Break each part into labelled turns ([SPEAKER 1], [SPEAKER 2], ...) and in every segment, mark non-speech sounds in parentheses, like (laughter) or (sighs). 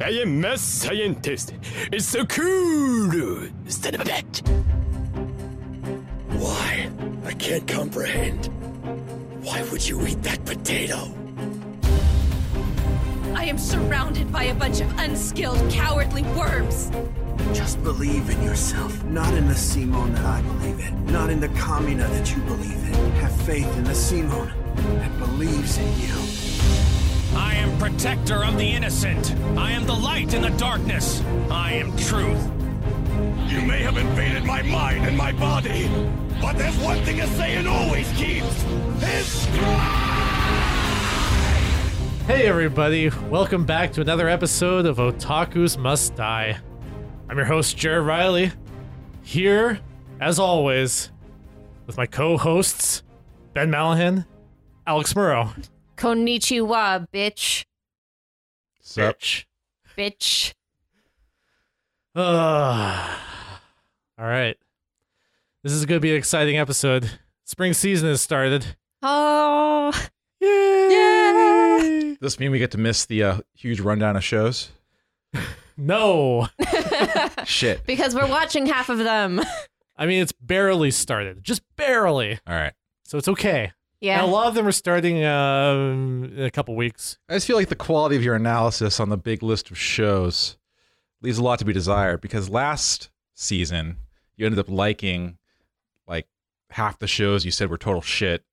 [SPEAKER 1] I am math scientist. It's so cool. Son of a bitch.
[SPEAKER 2] Why? I can't comprehend. Why would you eat that potato?
[SPEAKER 3] I am surrounded by a bunch of unskilled, cowardly worms.
[SPEAKER 4] Just believe in yourself. Not in the Simon that I believe in. Not in the Kamina that you believe in. Have faith in the Simon that believes in you.
[SPEAKER 5] I am protector of the innocent. I am the light in the darkness. I am truth.
[SPEAKER 2] You may have invaded my mind and my body, but there's one thing a Saiyan always keeps his
[SPEAKER 6] Hey, everybody. Welcome back to another episode of Otaku's Must Die. I'm your host, Jared Riley, here, as always, with my co hosts, Ben Malahan, Alex Murrow.
[SPEAKER 7] Konnichiwa, bitch.
[SPEAKER 8] Sup?
[SPEAKER 6] Bitch.
[SPEAKER 7] Bitch.
[SPEAKER 6] Ugh. Ah. all right. This is going to be an exciting episode. Spring season has started.
[SPEAKER 7] Oh,
[SPEAKER 6] Yay!
[SPEAKER 8] Does this mean we get to miss the uh, huge rundown of shows?
[SPEAKER 6] No.
[SPEAKER 8] (laughs) Shit.
[SPEAKER 7] because we're watching half of
[SPEAKER 8] (laughs)
[SPEAKER 7] them.
[SPEAKER 6] I mean, it's barely started, just barely.
[SPEAKER 8] All right.
[SPEAKER 6] So it's okay. And a
[SPEAKER 7] Yeah.
[SPEAKER 6] lot of them are starting um, in a couple weeks.
[SPEAKER 8] I just feel like the quality of your analysis on the big list of shows leaves a lot to be desired because last season you ended up liking like half the shows you said were total shit.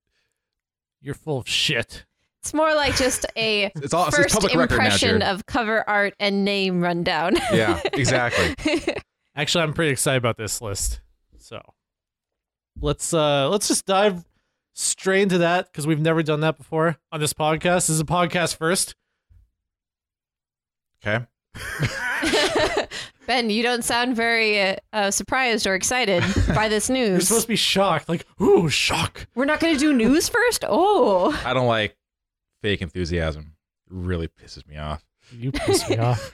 [SPEAKER 6] You're full of shit.
[SPEAKER 7] It's more like just a
[SPEAKER 8] It's all it's
[SPEAKER 7] first
[SPEAKER 8] public record now,
[SPEAKER 7] impression
[SPEAKER 8] Jared.
[SPEAKER 7] of cover art and name rundown.
[SPEAKER 8] (laughs)
[SPEAKER 7] (laughs)
[SPEAKER 8] yeah, exactly.
[SPEAKER 6] Actually, I'm pretty excited about this list. So let's uh let's just dive straight into that because we've never done that before on this podcast. This is a podcast first.
[SPEAKER 8] (laughs) Okay.
[SPEAKER 7] ben, you don't sound very uh, uh, surprised or
[SPEAKER 8] (laughs)
[SPEAKER 7] excited by this
[SPEAKER 6] You're
[SPEAKER 7] news.
[SPEAKER 6] supposed to be shocked, like ooh, shock.
[SPEAKER 7] we're not going to do news first? Oh.
[SPEAKER 8] I don't like fake enthusiasm. It really pisses me off.
[SPEAKER 6] You piss me off.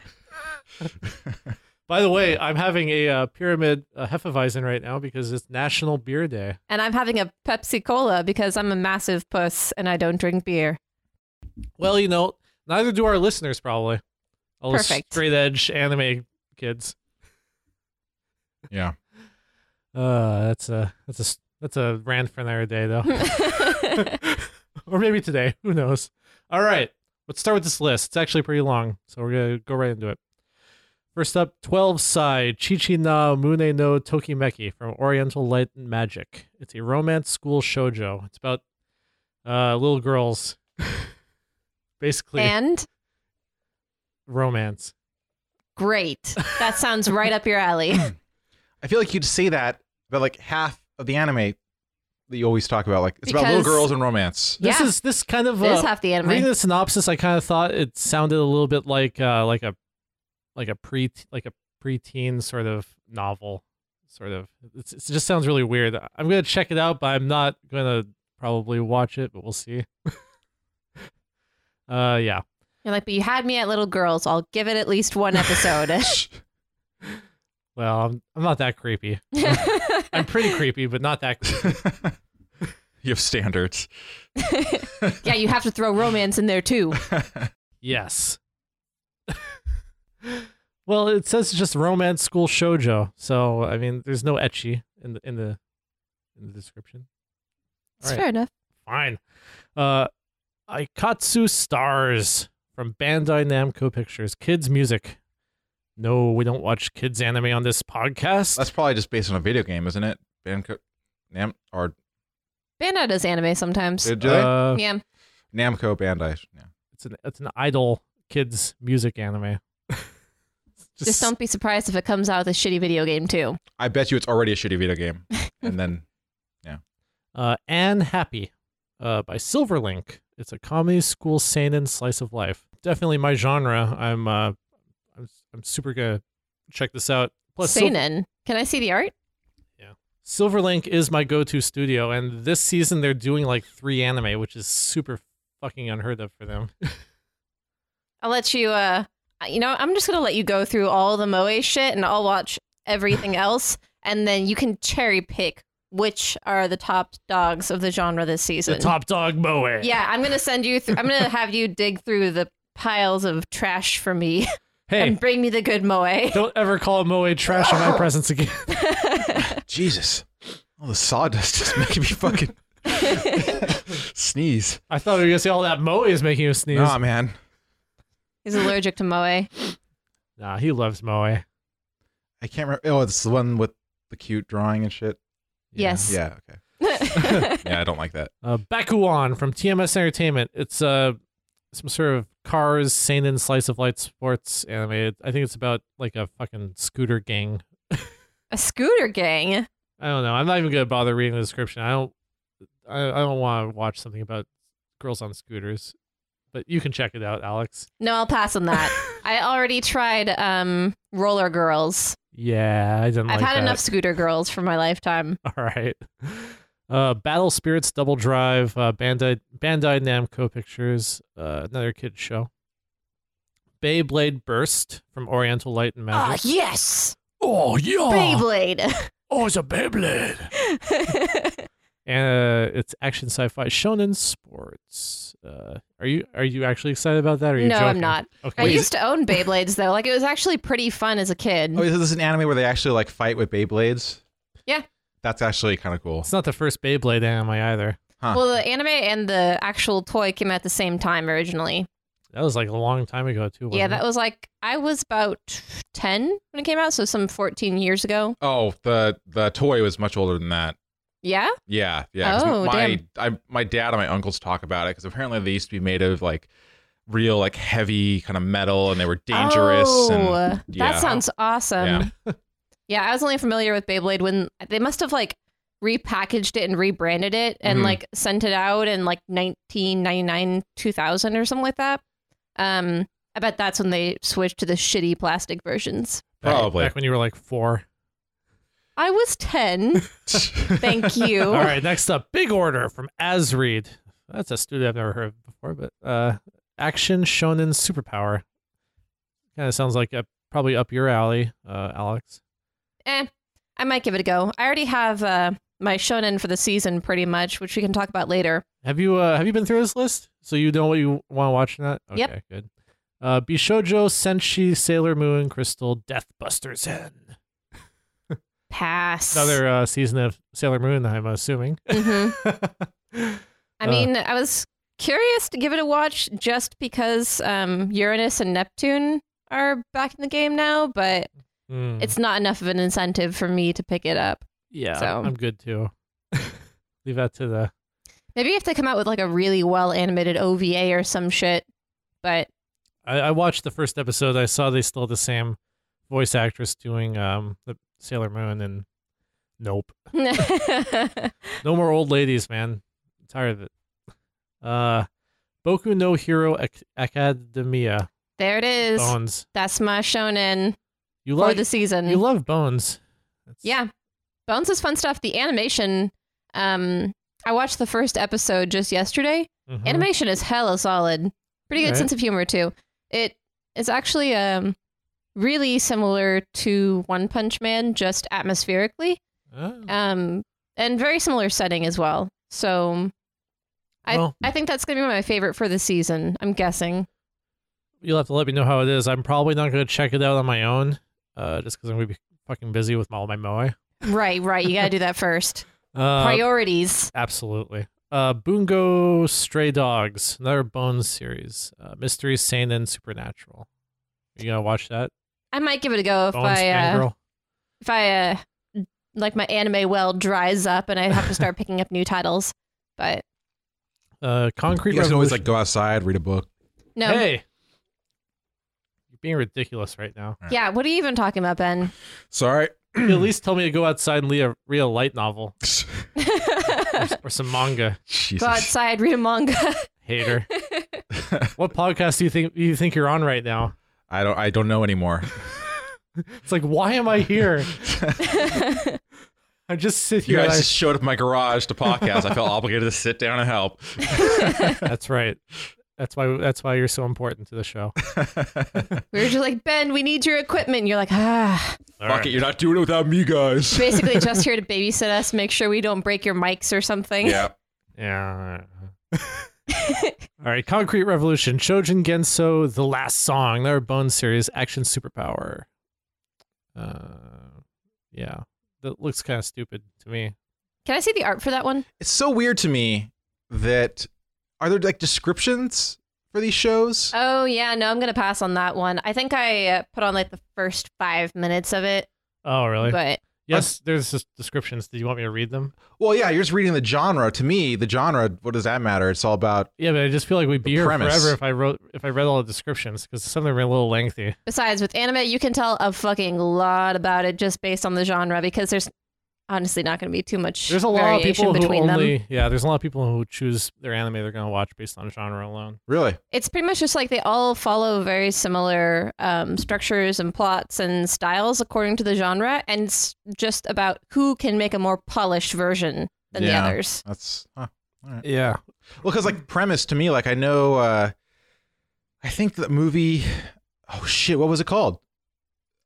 [SPEAKER 6] (laughs) By the way, I'm having a uh, pyramid uh, hefeweizen right now because it's National Beer Day.
[SPEAKER 7] And I'm having a Pepsi Cola because I'm a massive puss and I don't drink beer.
[SPEAKER 6] Well, you know, neither do our listeners probably. All those
[SPEAKER 7] Perfect.
[SPEAKER 6] straight edge anime kids.
[SPEAKER 8] Yeah.
[SPEAKER 6] Uh, that's a that's a s- that's a rant for another day,
[SPEAKER 7] (laughs)
[SPEAKER 6] though, or maybe today. Who knows? All right, let's start with this list. It's actually pretty long, so we're gonna go right into it. First up, twelve sai Chichi na Mune no Tokimeki from Oriental Light and Magic. It's a romance school shojo. It's about uh, little girls, (laughs) basically
[SPEAKER 7] And
[SPEAKER 6] romance.
[SPEAKER 7] great. That sounds right up your
[SPEAKER 8] (laughs)
[SPEAKER 7] alley.
[SPEAKER 8] I feel like you'd say that about like half of the anime that you always talk about. Like it's about little
[SPEAKER 7] Because-
[SPEAKER 8] girls and romance.
[SPEAKER 7] Yeah.
[SPEAKER 6] This is this kind of
[SPEAKER 7] It
[SPEAKER 6] uh,
[SPEAKER 7] is half the anime.
[SPEAKER 6] Reading the synopsis, I kind of thought it sounded a little bit like uh, like a like a pre like a preteen sort of novel, sort of. It's, it just sounds really weird. I'm gonna check it out, but I'm not gonna probably watch it. But we'll see. (laughs) uh, yeah.
[SPEAKER 7] You're like, but you had me at Little Girls. I'll give it at least one (laughs) episode.
[SPEAKER 6] Well, I'm I'm not that creepy. I'm pretty creepy, but not that. (laughs) creepy.
[SPEAKER 8] (laughs) You have standards.
[SPEAKER 7] yeah, you have to throw romance in there too.
[SPEAKER 6] Yes. (laughs) well, it says it's just romance school shojo, so I mean, there's no etchy in the in the in the description.
[SPEAKER 7] It's
[SPEAKER 6] All right.
[SPEAKER 7] fair enough.
[SPEAKER 6] Fine. Uh, Aikatsu Stars from Bandai Namco Pictures. Kids music. No, we don't watch kids anime on this podcast.
[SPEAKER 8] That's probably just based on a video game, isn't it? Namco, Nam, or
[SPEAKER 7] Bandai does anime sometimes.
[SPEAKER 8] do they?
[SPEAKER 6] uh,
[SPEAKER 7] yeah.
[SPEAKER 8] Namco Bandai. Yeah.
[SPEAKER 6] it's an it's an idol kids music anime.
[SPEAKER 7] (laughs) Just don't be surprised if it comes out with a shitty video game too.
[SPEAKER 8] I bet you it's already a shitty video game, and then
[SPEAKER 6] Uh, and Happy uh, by Silverlink. It's a comedy school seinen slice of life. Definitely my genre. I'm uh, I'm, I'm super gonna check this out. Plus, Sil-
[SPEAKER 7] Seinen. Can I see the art?
[SPEAKER 6] Silverlink is my go-to studio, and this season they're doing like three anime, which is super fucking unheard of for them.
[SPEAKER 7] I'll let you. uh You know, I'm just gonna let you go through all the moe shit, and I'll watch
[SPEAKER 6] (laughs)
[SPEAKER 7] everything else, and then you can cherry pick which are the top dogs of the genre this
[SPEAKER 6] the
[SPEAKER 7] season.
[SPEAKER 6] top dog moe.
[SPEAKER 7] yeah, I'm gonna send you. Th- I'm gonna have you dig through the piles of trash for me.
[SPEAKER 6] Hey,
[SPEAKER 7] and bring me the good moe.
[SPEAKER 6] don't ever call Moe trash in my presence again.
[SPEAKER 8] Jesus. All the sawdust is making me fucking sneeze.
[SPEAKER 6] I thought we were gonna say all that Moe is making him sneeze.
[SPEAKER 8] Nah, man.
[SPEAKER 7] He's allergic to moe.
[SPEAKER 6] Nah, he loves Moe.
[SPEAKER 8] I can't remember. Oh, it's the one with the cute drawing and shit.
[SPEAKER 7] Yes.
[SPEAKER 8] Yeah. Okay. Yeah, I don't like that.
[SPEAKER 6] Uh, Bakuan from TMS Entertainment. It's uh, some sort of cars, seinen, slice of light sports anime. I think it's about like a fucking scooter gang.
[SPEAKER 7] A scooter gang.
[SPEAKER 6] I don't know. I'm not even gonna bother reading the description. I don't. I, I don't want to watch something about girls on scooters, but you can check it out, Alex.
[SPEAKER 7] No, I'll pass on that. I already tried um, roller girls.
[SPEAKER 6] Yeah, I didn't.
[SPEAKER 7] I've
[SPEAKER 6] like
[SPEAKER 7] had
[SPEAKER 6] that.
[SPEAKER 7] enough
[SPEAKER 6] (laughs)
[SPEAKER 7] scooter girls for my lifetime.
[SPEAKER 6] All right. Uh, Battle Spirits Double Drive, uh, Bandai Bandai Namco Pictures, uh, another kid show. Beyblade Burst from Oriental Light and
[SPEAKER 7] Ah,
[SPEAKER 6] Magic.
[SPEAKER 7] yes.
[SPEAKER 1] Oh, yeah.
[SPEAKER 7] Beyblade.
[SPEAKER 1] Oh, it's a Beyblade.
[SPEAKER 6] (laughs) And uh, it's action sci-fi shonen sports. Uh, are you are you actually excited about that? Or are you
[SPEAKER 7] (laughs) no, I'm
[SPEAKER 6] joking?
[SPEAKER 7] not.
[SPEAKER 6] Okay.
[SPEAKER 7] I used to own Beyblades though. Like it was actually pretty fun as a kid.
[SPEAKER 8] Oh, is this an anime where they actually like fight with Beyblades?
[SPEAKER 7] Yeah.
[SPEAKER 8] That's actually kind of cool.
[SPEAKER 6] it's not the first Beyblade anime either.
[SPEAKER 7] Well, the anime and the actual toy came at the same time originally.
[SPEAKER 6] That was like a long time ago too.
[SPEAKER 7] yeah,
[SPEAKER 6] wasn't
[SPEAKER 7] that
[SPEAKER 6] it?
[SPEAKER 7] was like I was about ten when it came out, so some fourteen years ago.
[SPEAKER 8] Oh, the the toy was much older than that.
[SPEAKER 7] Yeah,
[SPEAKER 8] Yeah, yeah. 'cause
[SPEAKER 7] Oh,
[SPEAKER 8] my I, my dad and my uncles talk about it because apparently they used to be made of like real like heavy kind of metal and they were dangerous.
[SPEAKER 7] Oh, um,
[SPEAKER 8] and, yeah.
[SPEAKER 7] that sounds awesome. Yeah. I was only familiar with Beyblade when they must have like repackaged it and rebranded it and
[SPEAKER 6] Mm-hmm.
[SPEAKER 8] Mhm.
[SPEAKER 7] like sent it out in like 1999, 2000 or something like that. Um, I bet that's when they switched to the shitty plastic versions.
[SPEAKER 6] Back-
[SPEAKER 8] probably.
[SPEAKER 6] back when you were like four.
[SPEAKER 7] I
[SPEAKER 6] (laughs)
[SPEAKER 7] was 10. Thank you.
[SPEAKER 6] All right, next up, Big Order from Asreed. That's a studio I've never heard of before, but uh, action shonen superpower. Kind of sounds like uh probably up your alley, uh, Alex.
[SPEAKER 7] eh, I might give it a go. I already have uh, my shonen for the season pretty much, which we can talk about later.
[SPEAKER 6] Have you uh, have you been through this list so you know what you want to watch? Not okay,
[SPEAKER 7] Yep.
[SPEAKER 6] good. Uh, Bishojo, Senshi, Sailor Moon, Crystal, Deathbuster Zen.
[SPEAKER 7] Pass.
[SPEAKER 6] Another uh, season of Sailor Moon, I'm assuming.
[SPEAKER 7] Mhm. I
[SPEAKER 6] Uh,
[SPEAKER 7] mean, I was curious to give it a watch just because um, Uranus and Neptune are back in the game now, but
[SPEAKER 6] Hmm.
[SPEAKER 7] it's not enough of an incentive for me to pick it up.
[SPEAKER 6] yeah,
[SPEAKER 7] so-
[SPEAKER 6] I'm good too. Leave that to the
[SPEAKER 7] Maybe if they come out with like a really well animated OVA or some shit, but (laughs)
[SPEAKER 6] I, I watched the first episode. I saw they still had the same voice actress doing um the Sailor Moon, and nope, no more old ladies, man. I'm tired of it. Uh, Boku no Hero Ac- Academia.
[SPEAKER 7] there it is.
[SPEAKER 6] Bones,
[SPEAKER 7] That's my shonen
[SPEAKER 6] you
[SPEAKER 7] for
[SPEAKER 6] love
[SPEAKER 7] the season.
[SPEAKER 6] you love Bones. That's-
[SPEAKER 7] Yeah. Bones is fun stuff. The animation, um, I watched the first episode just yesterday.
[SPEAKER 6] Mhm.
[SPEAKER 7] Animation is hella solid. Pretty good
[SPEAKER 6] Right.
[SPEAKER 7] sense of humor too. It is actually um really similar to One Punch Man, just atmospherically.
[SPEAKER 6] Oh.
[SPEAKER 7] Um and very similar setting as well. So I
[SPEAKER 6] Well-
[SPEAKER 7] I think that's gonna be my favorite for the season, I'm guessing.
[SPEAKER 6] You'll have to let me know how it is. I'm probably not going to check it out on my own, uh, just because I'm going to be fucking busy with all my moe.
[SPEAKER 7] Right, right. You gotta do that first.
[SPEAKER 6] (laughs) Uh,
[SPEAKER 7] Priorities.
[SPEAKER 6] Absolutely. Uh, Bungo Stray Dogs, another Bones series, uh, mystery, sane, and supernatural. Are you gonna watch that?
[SPEAKER 7] I might give it a go if
[SPEAKER 6] Bones
[SPEAKER 7] I uh,
[SPEAKER 6] fangirl.
[SPEAKER 7] if I uh, like my anime well dries up and I have to
[SPEAKER 6] (laughs)
[SPEAKER 7] start picking up new titles. But
[SPEAKER 6] Uh, concrete
[SPEAKER 8] you guys can always like
[SPEAKER 6] Revolution-
[SPEAKER 8] go outside, read a book.
[SPEAKER 7] no,
[SPEAKER 6] Hey, you're being ridiculous right
[SPEAKER 8] (clears throat)
[SPEAKER 6] now.
[SPEAKER 7] yeah, what are you even talking about, Ben?
[SPEAKER 8] Sorry.
[SPEAKER 6] you at least tell me to go outside and read a, read a light
[SPEAKER 8] (laughs)
[SPEAKER 6] novel or, or some manga.
[SPEAKER 7] Go
[SPEAKER 8] Jesus.
[SPEAKER 7] outside, read a manga. (laughs)
[SPEAKER 6] (laughs) Hater. what podcast do you think you think you're on right now?
[SPEAKER 8] I don't I don't
[SPEAKER 6] (laughs)
[SPEAKER 8] know anymore.
[SPEAKER 6] It's like, why am I (laughs) here? I just sit
[SPEAKER 8] You
[SPEAKER 6] here. and
[SPEAKER 8] guys
[SPEAKER 6] I-
[SPEAKER 8] just showed up in my garage to podcast. I felt obligated to sit down and help.
[SPEAKER 6] (laughs) that's right. That's why. That's why you're so important to the
[SPEAKER 8] (laughs)
[SPEAKER 6] show.
[SPEAKER 7] we were just like, Ben, we need your equipment. And you're like, ah,
[SPEAKER 8] Fuck it, you're not doing it without me guys. (laughs)
[SPEAKER 7] basically
[SPEAKER 6] (laughs)
[SPEAKER 7] just here to babysit us, make sure we don't break your mics or something.
[SPEAKER 8] yeah.
[SPEAKER 6] Yeah. All right, Concrete Revolution, Shojin Genso, The Last Song, their Bone series, action superpower. Uh, yeah, that looks kind of stupid to me.
[SPEAKER 7] Can I see the art for that one?
[SPEAKER 8] It's so weird to me that are there like descriptions for these shows?
[SPEAKER 7] Oh yeah, no, I'm gonna pass on that one. I think I uh, put on like the first five minutes of it,
[SPEAKER 6] Oh, really?
[SPEAKER 7] but
[SPEAKER 6] yes, there's just descriptions. Do you want me to read them?
[SPEAKER 8] Well, yeah, you're just reading the genre. To me, the genre, what does that matter? It's all about
[SPEAKER 6] Yeah, but I just feel like we'd be
[SPEAKER 8] The
[SPEAKER 6] here
[SPEAKER 8] premise.
[SPEAKER 6] forever if I wrote if I read all the descriptions because some of them are a little lengthy.
[SPEAKER 7] besides with anime, you can tell a fucking lot about it just based on the genre because there's honestly not gonna be too much
[SPEAKER 6] There's a lot of
[SPEAKER 7] variation
[SPEAKER 6] people who
[SPEAKER 7] between them.
[SPEAKER 6] only yeah. There's a lot of people who choose their anime they're gonna watch based on genre alone.
[SPEAKER 8] really.
[SPEAKER 7] It's pretty much just like they all follow very similar um, structures and plots and styles according to the genre, and it's just about who can make a more polished version than
[SPEAKER 8] Yeah.
[SPEAKER 7] the others.
[SPEAKER 8] That's huh.
[SPEAKER 6] Yeah,
[SPEAKER 8] well, because like premise to me, like I know, uh I think the movie. Oh shit, what was it called?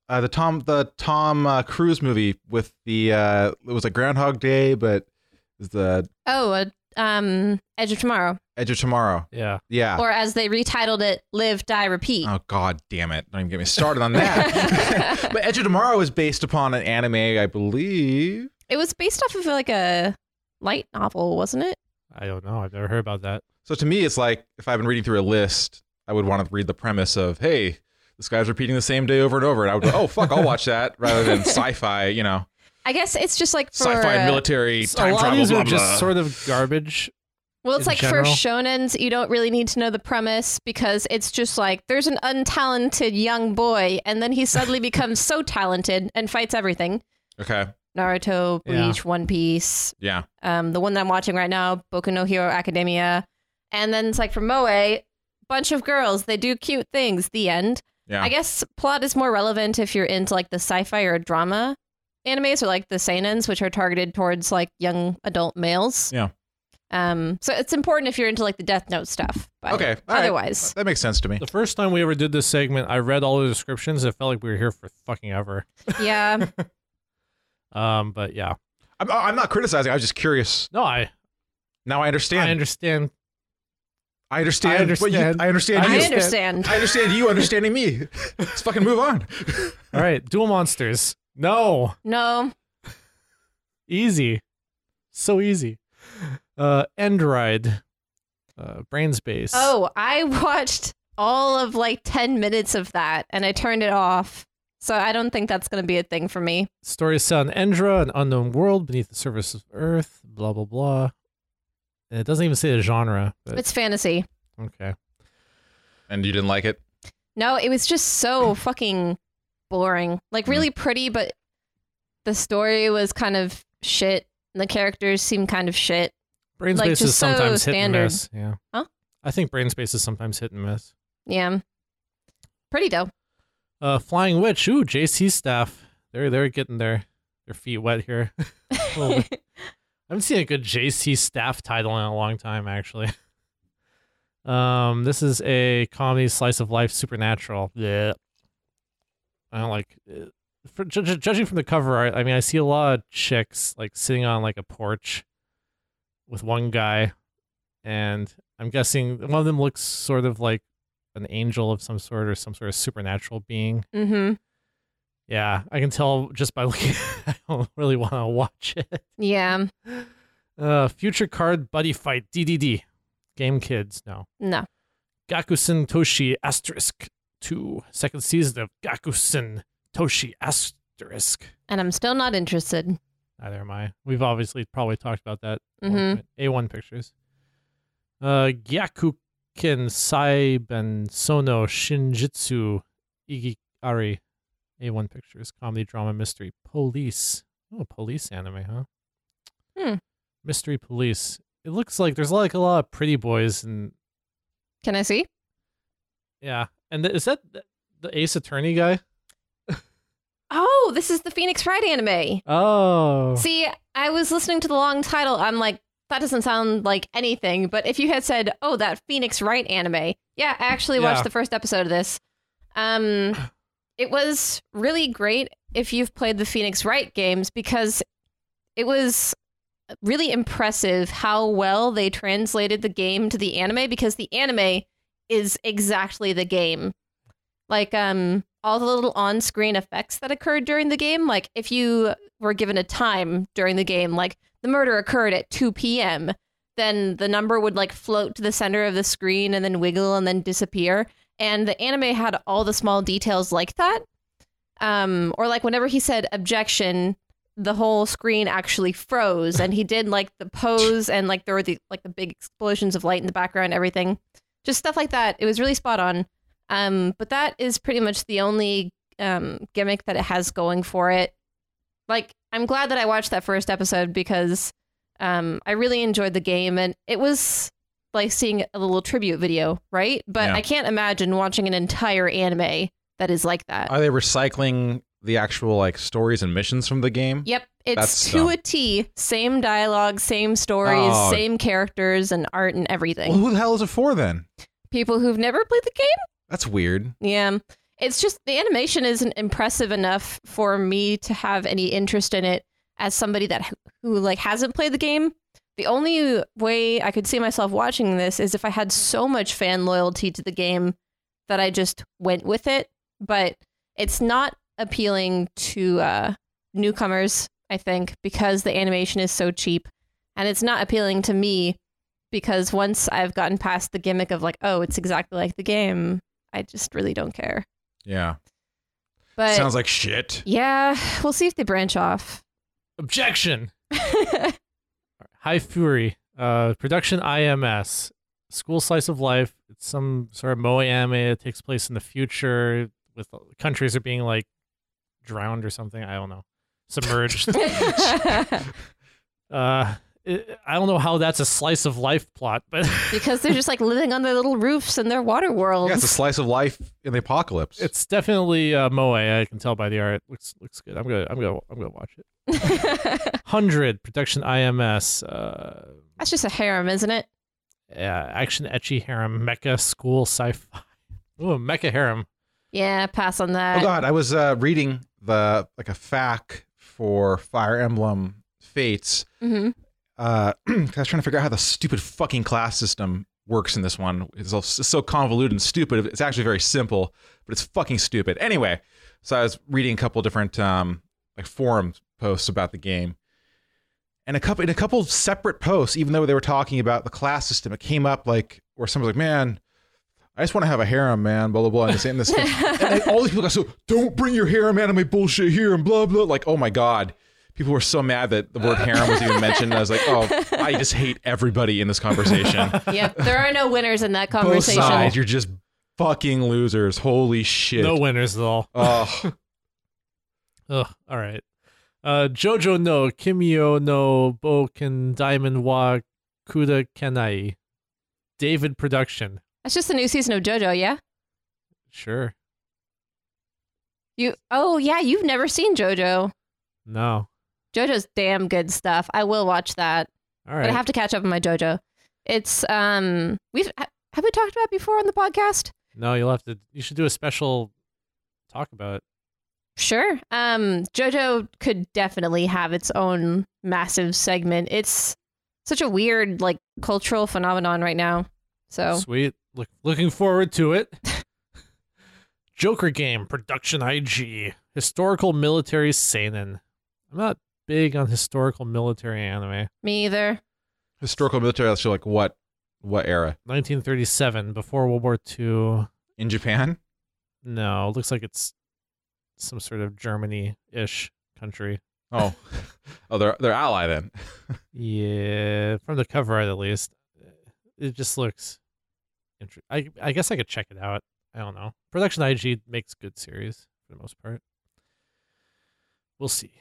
[SPEAKER 8] Uh, the Tom the Tom uh, Cruise movie with the uh, it was like Groundhog Day, but it was the
[SPEAKER 7] Oh, uh, um, Edge of Tomorrow,
[SPEAKER 8] Edge of Tomorrow.
[SPEAKER 6] yeah.
[SPEAKER 8] Yeah.
[SPEAKER 7] or as they retitled it, Live, Die, Repeat.
[SPEAKER 8] Ah. Oh god damn it. Don't even get me started
[SPEAKER 7] (laughs)
[SPEAKER 8] on that. (laughs) but Edge of Tomorrow is based upon an anime, I believe.
[SPEAKER 7] It was based off of like a light novel, wasn't it?
[SPEAKER 6] I don't know. I've never heard about that.
[SPEAKER 8] So to me it's like if I've been reading through a list, I would want to read the premise of, hey, this guy's repeating the same day over and over, and I would go, "Oh fuck, I'll watch that," rather than sci-fi, you know,
[SPEAKER 7] I guess it's just like for
[SPEAKER 8] sci-fi
[SPEAKER 7] uh,
[SPEAKER 8] and military
[SPEAKER 6] a
[SPEAKER 8] time
[SPEAKER 6] lot of
[SPEAKER 8] travel. uh,
[SPEAKER 6] these
[SPEAKER 8] blah,
[SPEAKER 6] are just
[SPEAKER 8] blah.
[SPEAKER 6] sort of garbage.
[SPEAKER 7] Well, it's
[SPEAKER 6] in
[SPEAKER 7] like
[SPEAKER 6] general.
[SPEAKER 7] for shonens, you don't really need to know the premise because it's just like there's an untalented young boy, and then
[SPEAKER 6] (laughs)
[SPEAKER 7] he suddenly becomes so talented and fights everything.
[SPEAKER 8] okay,
[SPEAKER 7] Naruto,
[SPEAKER 6] Yeah.
[SPEAKER 7] Bleach, One Piece,
[SPEAKER 8] yeah,
[SPEAKER 7] um, the one that I'm watching right now, Boku no Hero Academia, and then it's like for moe, bunch of girls, they do cute things. The end.
[SPEAKER 8] yeah.
[SPEAKER 7] I guess plot is more relevant if you're into like the sci-fi or drama animes or like the seinens, which are targeted towards like young adult males.
[SPEAKER 8] Yeah.
[SPEAKER 7] Um. So it's important if you're into like the Death Note stuff. But
[SPEAKER 8] Okay, all right.
[SPEAKER 7] Otherwise,
[SPEAKER 8] that makes sense to me.
[SPEAKER 6] The first time we ever did this segment, I read all the descriptions. It felt like we were here for fucking ever.
[SPEAKER 8] (laughs)
[SPEAKER 7] yeah.
[SPEAKER 6] Um, but yeah,
[SPEAKER 8] I'm, I'm not criticizing. I was just curious.
[SPEAKER 6] no, I
[SPEAKER 8] Now I understand.
[SPEAKER 6] I understand.
[SPEAKER 8] I understand.
[SPEAKER 6] I
[SPEAKER 8] what you-
[SPEAKER 6] understand.
[SPEAKER 8] I understand.
[SPEAKER 6] I
[SPEAKER 8] you.
[SPEAKER 7] I
[SPEAKER 6] understand.
[SPEAKER 7] understand.
[SPEAKER 8] I understand you understanding me. Let's fucking move on.
[SPEAKER 6] All right, Duel Monsters. No,
[SPEAKER 7] No.
[SPEAKER 6] easy, so easy. Uh, End Ride, uh, Brain Space.
[SPEAKER 7] Oh, I watched all of like ten minutes of that, and I turned it off. So I don't think that's going to be a thing for me.
[SPEAKER 6] Story is set on Endra, an unknown world beneath the surface of Earth. Blah blah blah. And it doesn't even say the genre. But,
[SPEAKER 7] It's fantasy.
[SPEAKER 6] okay.
[SPEAKER 8] And you didn't like it?
[SPEAKER 7] No, it was just so fucking boring. Like really pretty, but the story was kind of shit. And the characters seemed kind of shit.
[SPEAKER 6] Brain
[SPEAKER 7] Like,
[SPEAKER 6] Space
[SPEAKER 7] just
[SPEAKER 6] is sometimes
[SPEAKER 7] so
[SPEAKER 6] hit
[SPEAKER 7] standard.
[SPEAKER 6] and miss. Yeah.
[SPEAKER 7] Huh?
[SPEAKER 6] I think Brain Space is sometimes hit and miss.
[SPEAKER 7] Yeah. Pretty dope.
[SPEAKER 6] Uh, Flying Witch. Ooh, JC staff. They're they're getting their their feet wet here. (laughs) A little bit. I haven't seen a good JC staff title in a long time, actually. (laughs) Um, this is a comedy slice of life supernatural. Yeah. I don't like. uh, For, ju- ju- judging from the cover art, I mean, I see a lot of chicks like sitting on like a porch with one guy, and I'm guessing one of them looks sort of like an angel of some sort or some sort of supernatural being.
[SPEAKER 7] Mm-hmm.
[SPEAKER 6] Yeah, I can tell just by (laughs) looking. I don't really want to watch it.
[SPEAKER 7] Yeah.
[SPEAKER 6] Uh, future card buddy fight DDD, Game Kids. No,
[SPEAKER 7] No.
[SPEAKER 6] Gakusen Toshi asterisk two second season of Gakusen Toshi asterisk.
[SPEAKER 7] And I'm still not interested.
[SPEAKER 6] Neither am I. We've obviously probably talked about that.
[SPEAKER 7] Mhm.
[SPEAKER 6] A1 pictures. Uh, Gyakuken Saiben Sono Shinjitsu Igikari. A1 pictures. Comedy, drama, mystery. Police. Oh, police anime, huh?
[SPEAKER 7] Hmm.
[SPEAKER 6] Mystery police. It looks like there's like a lot of pretty boys and
[SPEAKER 7] Can I see?
[SPEAKER 6] yeah. And th- is that th- the Ace Attorney guy?
[SPEAKER 7] Oh, this is the Phoenix Wright anime.
[SPEAKER 6] Oh.
[SPEAKER 7] See, I was listening to the long title. I'm like, that doesn't sound like anything. But if you had said, "Oh, that Phoenix Wright anime," yeah, I actually
[SPEAKER 6] Yeah.
[SPEAKER 7] watched the first episode of this. Um, it was really great if you've played the Phoenix Wright games because it was really impressive how well they translated the game to the anime because the anime is exactly the game. Like um all the little on-screen effects that occurred during the game, like if you were given a time during the game, like the murder occurred at 2 p.m., then the number would like float to the center of the screen and then wiggle and then disappear. And the anime had all the small details like that. Um, or like whenever he said objection, the whole screen actually froze and he did like the pose and like there were the like the big explosions of light in the background and everything just stuff like that it was really spot on um but that is pretty much the only um gimmick that it has going for it like i'm glad that i watched that first episode because um i really enjoyed the game and it was like seeing a little tribute video right but
[SPEAKER 8] Yeah.
[SPEAKER 7] i can't imagine watching an entire anime that is like that
[SPEAKER 8] Are they recycling the actual like stories and missions from the game?
[SPEAKER 7] Yep, it's
[SPEAKER 8] That's
[SPEAKER 7] to
[SPEAKER 8] dumb.
[SPEAKER 7] a T. Same dialogue, same stories,
[SPEAKER 8] Oh.
[SPEAKER 7] same characters and art and everything.
[SPEAKER 8] Well, who the hell is it for then?
[SPEAKER 7] People who've never played the game?
[SPEAKER 8] That's weird.
[SPEAKER 7] Yeah. It's just the animation isn't impressive enough for me to have any interest in it as somebody that who like hasn't played the game. The only way I could see myself watching this is if I had so much fan loyalty to the game that I just went with it, but it's not appealing to uh, newcomers, I think, because the animation is so cheap. And it's not appealing to me because once I've gotten past the gimmick of like, oh, it's exactly like the game, I just really don't care.
[SPEAKER 8] Yeah.
[SPEAKER 7] But
[SPEAKER 8] Sounds like shit.
[SPEAKER 7] yeah, (sighs) we'll see if they branch off.
[SPEAKER 6] Objection. High Fury, uh, production IMS, school slice of life. It's some sort of moe anime that takes place in the future with countries are being like drowned or something. I don't know, submerged. (laughs) uh, it, I don't know how that's a slice of life plot, but (laughs)
[SPEAKER 7] because they're just like living on their little roofs in their water worlds.
[SPEAKER 8] Yeah, it's a slice of life in the apocalypse.
[SPEAKER 6] it's definitely uh, moe. I can tell by the art. looks looks good. I'm gonna I'm gonna I'm gonna watch it. Hundred production IMS. Uh,
[SPEAKER 7] That's just a harem, isn't it?
[SPEAKER 6] uh, action etchy harem mecha school sci-fi. (laughs) Ooh, mecha harem.
[SPEAKER 7] Yeah, pass on that.
[SPEAKER 8] oh god, I was uh, reading the like a fac for Fire Emblem Fates.
[SPEAKER 7] Mhm.
[SPEAKER 8] Uh, (clears throat) 'cause I was trying to figure out how the stupid fucking class system works in this one. It's all- it's so convoluted and stupid. It's actually very simple, but it's fucking stupid. Anyway, so I was reading a couple different um, like forum posts about the game, and a couple in a couple of separate posts, even though they were talking about the class system, it came up like where someone's like, "Man, I just want to have a harem, man." Blah blah blah. And this and this, and then all these people got so don't bring your harem anime bullshit here and blah blah. Like, oh my god. People were so mad that the word harem was even mentioned. And I was like, oh, I just hate everybody in this conversation.
[SPEAKER 7] Yep, there are no winners in that
[SPEAKER 8] (laughs) Both
[SPEAKER 7] conversation.
[SPEAKER 8] sides, you're just fucking losers. Holy shit.
[SPEAKER 6] No winners at all.
[SPEAKER 8] Ugh.
[SPEAKER 6] Ugh. All right. Uh, Jojo no Kimio no Boken Diamond wa Kuda Kenai. David Production.
[SPEAKER 7] That's just the new season of JoJo, yeah?
[SPEAKER 6] Sure.
[SPEAKER 7] You Oh, yeah, you've never seen JoJo.
[SPEAKER 6] No.
[SPEAKER 7] JoJo's damn good stuff. I will watch that.
[SPEAKER 6] All
[SPEAKER 7] But
[SPEAKER 6] right.
[SPEAKER 7] I have to catch up on my JoJo. It's um we've ha- have we talked about it before on the podcast?
[SPEAKER 6] no, you'll have to. You should do a special talk about it.
[SPEAKER 7] Sure. Um JoJo could definitely have its own massive segment. It's such a weird like cultural phenomenon right now. So,
[SPEAKER 6] Sweet. Look, looking forward to it. (laughs) Joker game production IG historical military seinen. I'm not big on historical military anime.
[SPEAKER 7] me either.
[SPEAKER 8] Historical military, that's like what? What era?
[SPEAKER 6] 1937, before World War II.
[SPEAKER 8] In Japan?
[SPEAKER 6] No, it looks like it's some sort of Germany-ish country.
[SPEAKER 8] Oh, (laughs) oh, they're, they're ally then. (laughs)
[SPEAKER 6] Yeah, from the cover art at least, eh, it just looks. Inter- I I guess I could check it out. I don't know. Production IG makes good series for the most part. We'll see.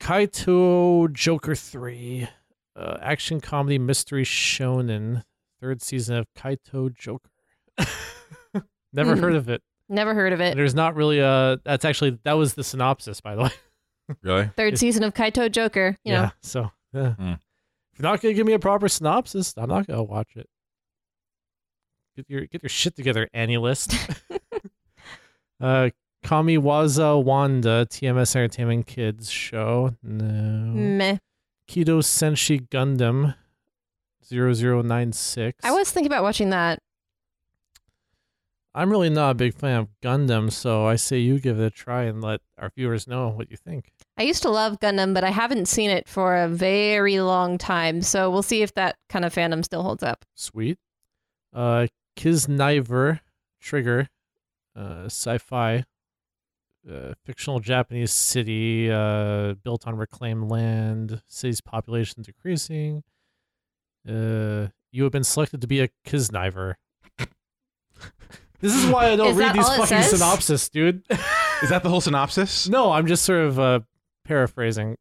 [SPEAKER 6] Kaito Joker Three, uh, action comedy mystery shonen, third season of Kaito Joker. (laughs) Never heard of it.
[SPEAKER 7] Never heard of it.
[SPEAKER 6] There's not really a. That's actually that was the synopsis, by the way.
[SPEAKER 8] Really?
[SPEAKER 7] Third season of Kaito Joker, you know.
[SPEAKER 6] yeah. So yeah.
[SPEAKER 8] Hmm.
[SPEAKER 6] if you're not gonna give me a proper synopsis, I'm not gonna watch it. Get your get your shit together,
[SPEAKER 7] (laughs)
[SPEAKER 6] Annulist. (laughs) uh,
[SPEAKER 7] Mm.
[SPEAKER 6] Kamiwaza Wanda TMS Entertainment Kids show. No.
[SPEAKER 7] Meh.
[SPEAKER 6] Kido Senshi Gundam 0096.
[SPEAKER 7] I was thinking about watching that.
[SPEAKER 6] I'm really not a big fan of Gundam, so I say you give it a try and let our viewers know what you think.
[SPEAKER 7] I used to love Gundam, but I haven't seen it for a very long time. So we'll see if that kind of fandom still holds up.
[SPEAKER 6] Sweet. Uh, Kisniver Trigger, uh, sci fi, uh, fictional Japanese city uh, built on reclaimed land, city's population decreasing. Uh, you have been selected to be a Kisniver. this is why I don't
[SPEAKER 7] Is
[SPEAKER 6] read
[SPEAKER 7] that
[SPEAKER 6] these
[SPEAKER 7] all it
[SPEAKER 6] fucking
[SPEAKER 7] says?
[SPEAKER 6] synopsis, dude. (laughs)
[SPEAKER 8] Is that the whole synopsis?
[SPEAKER 6] no, I'm just sort of uh, paraphrasing.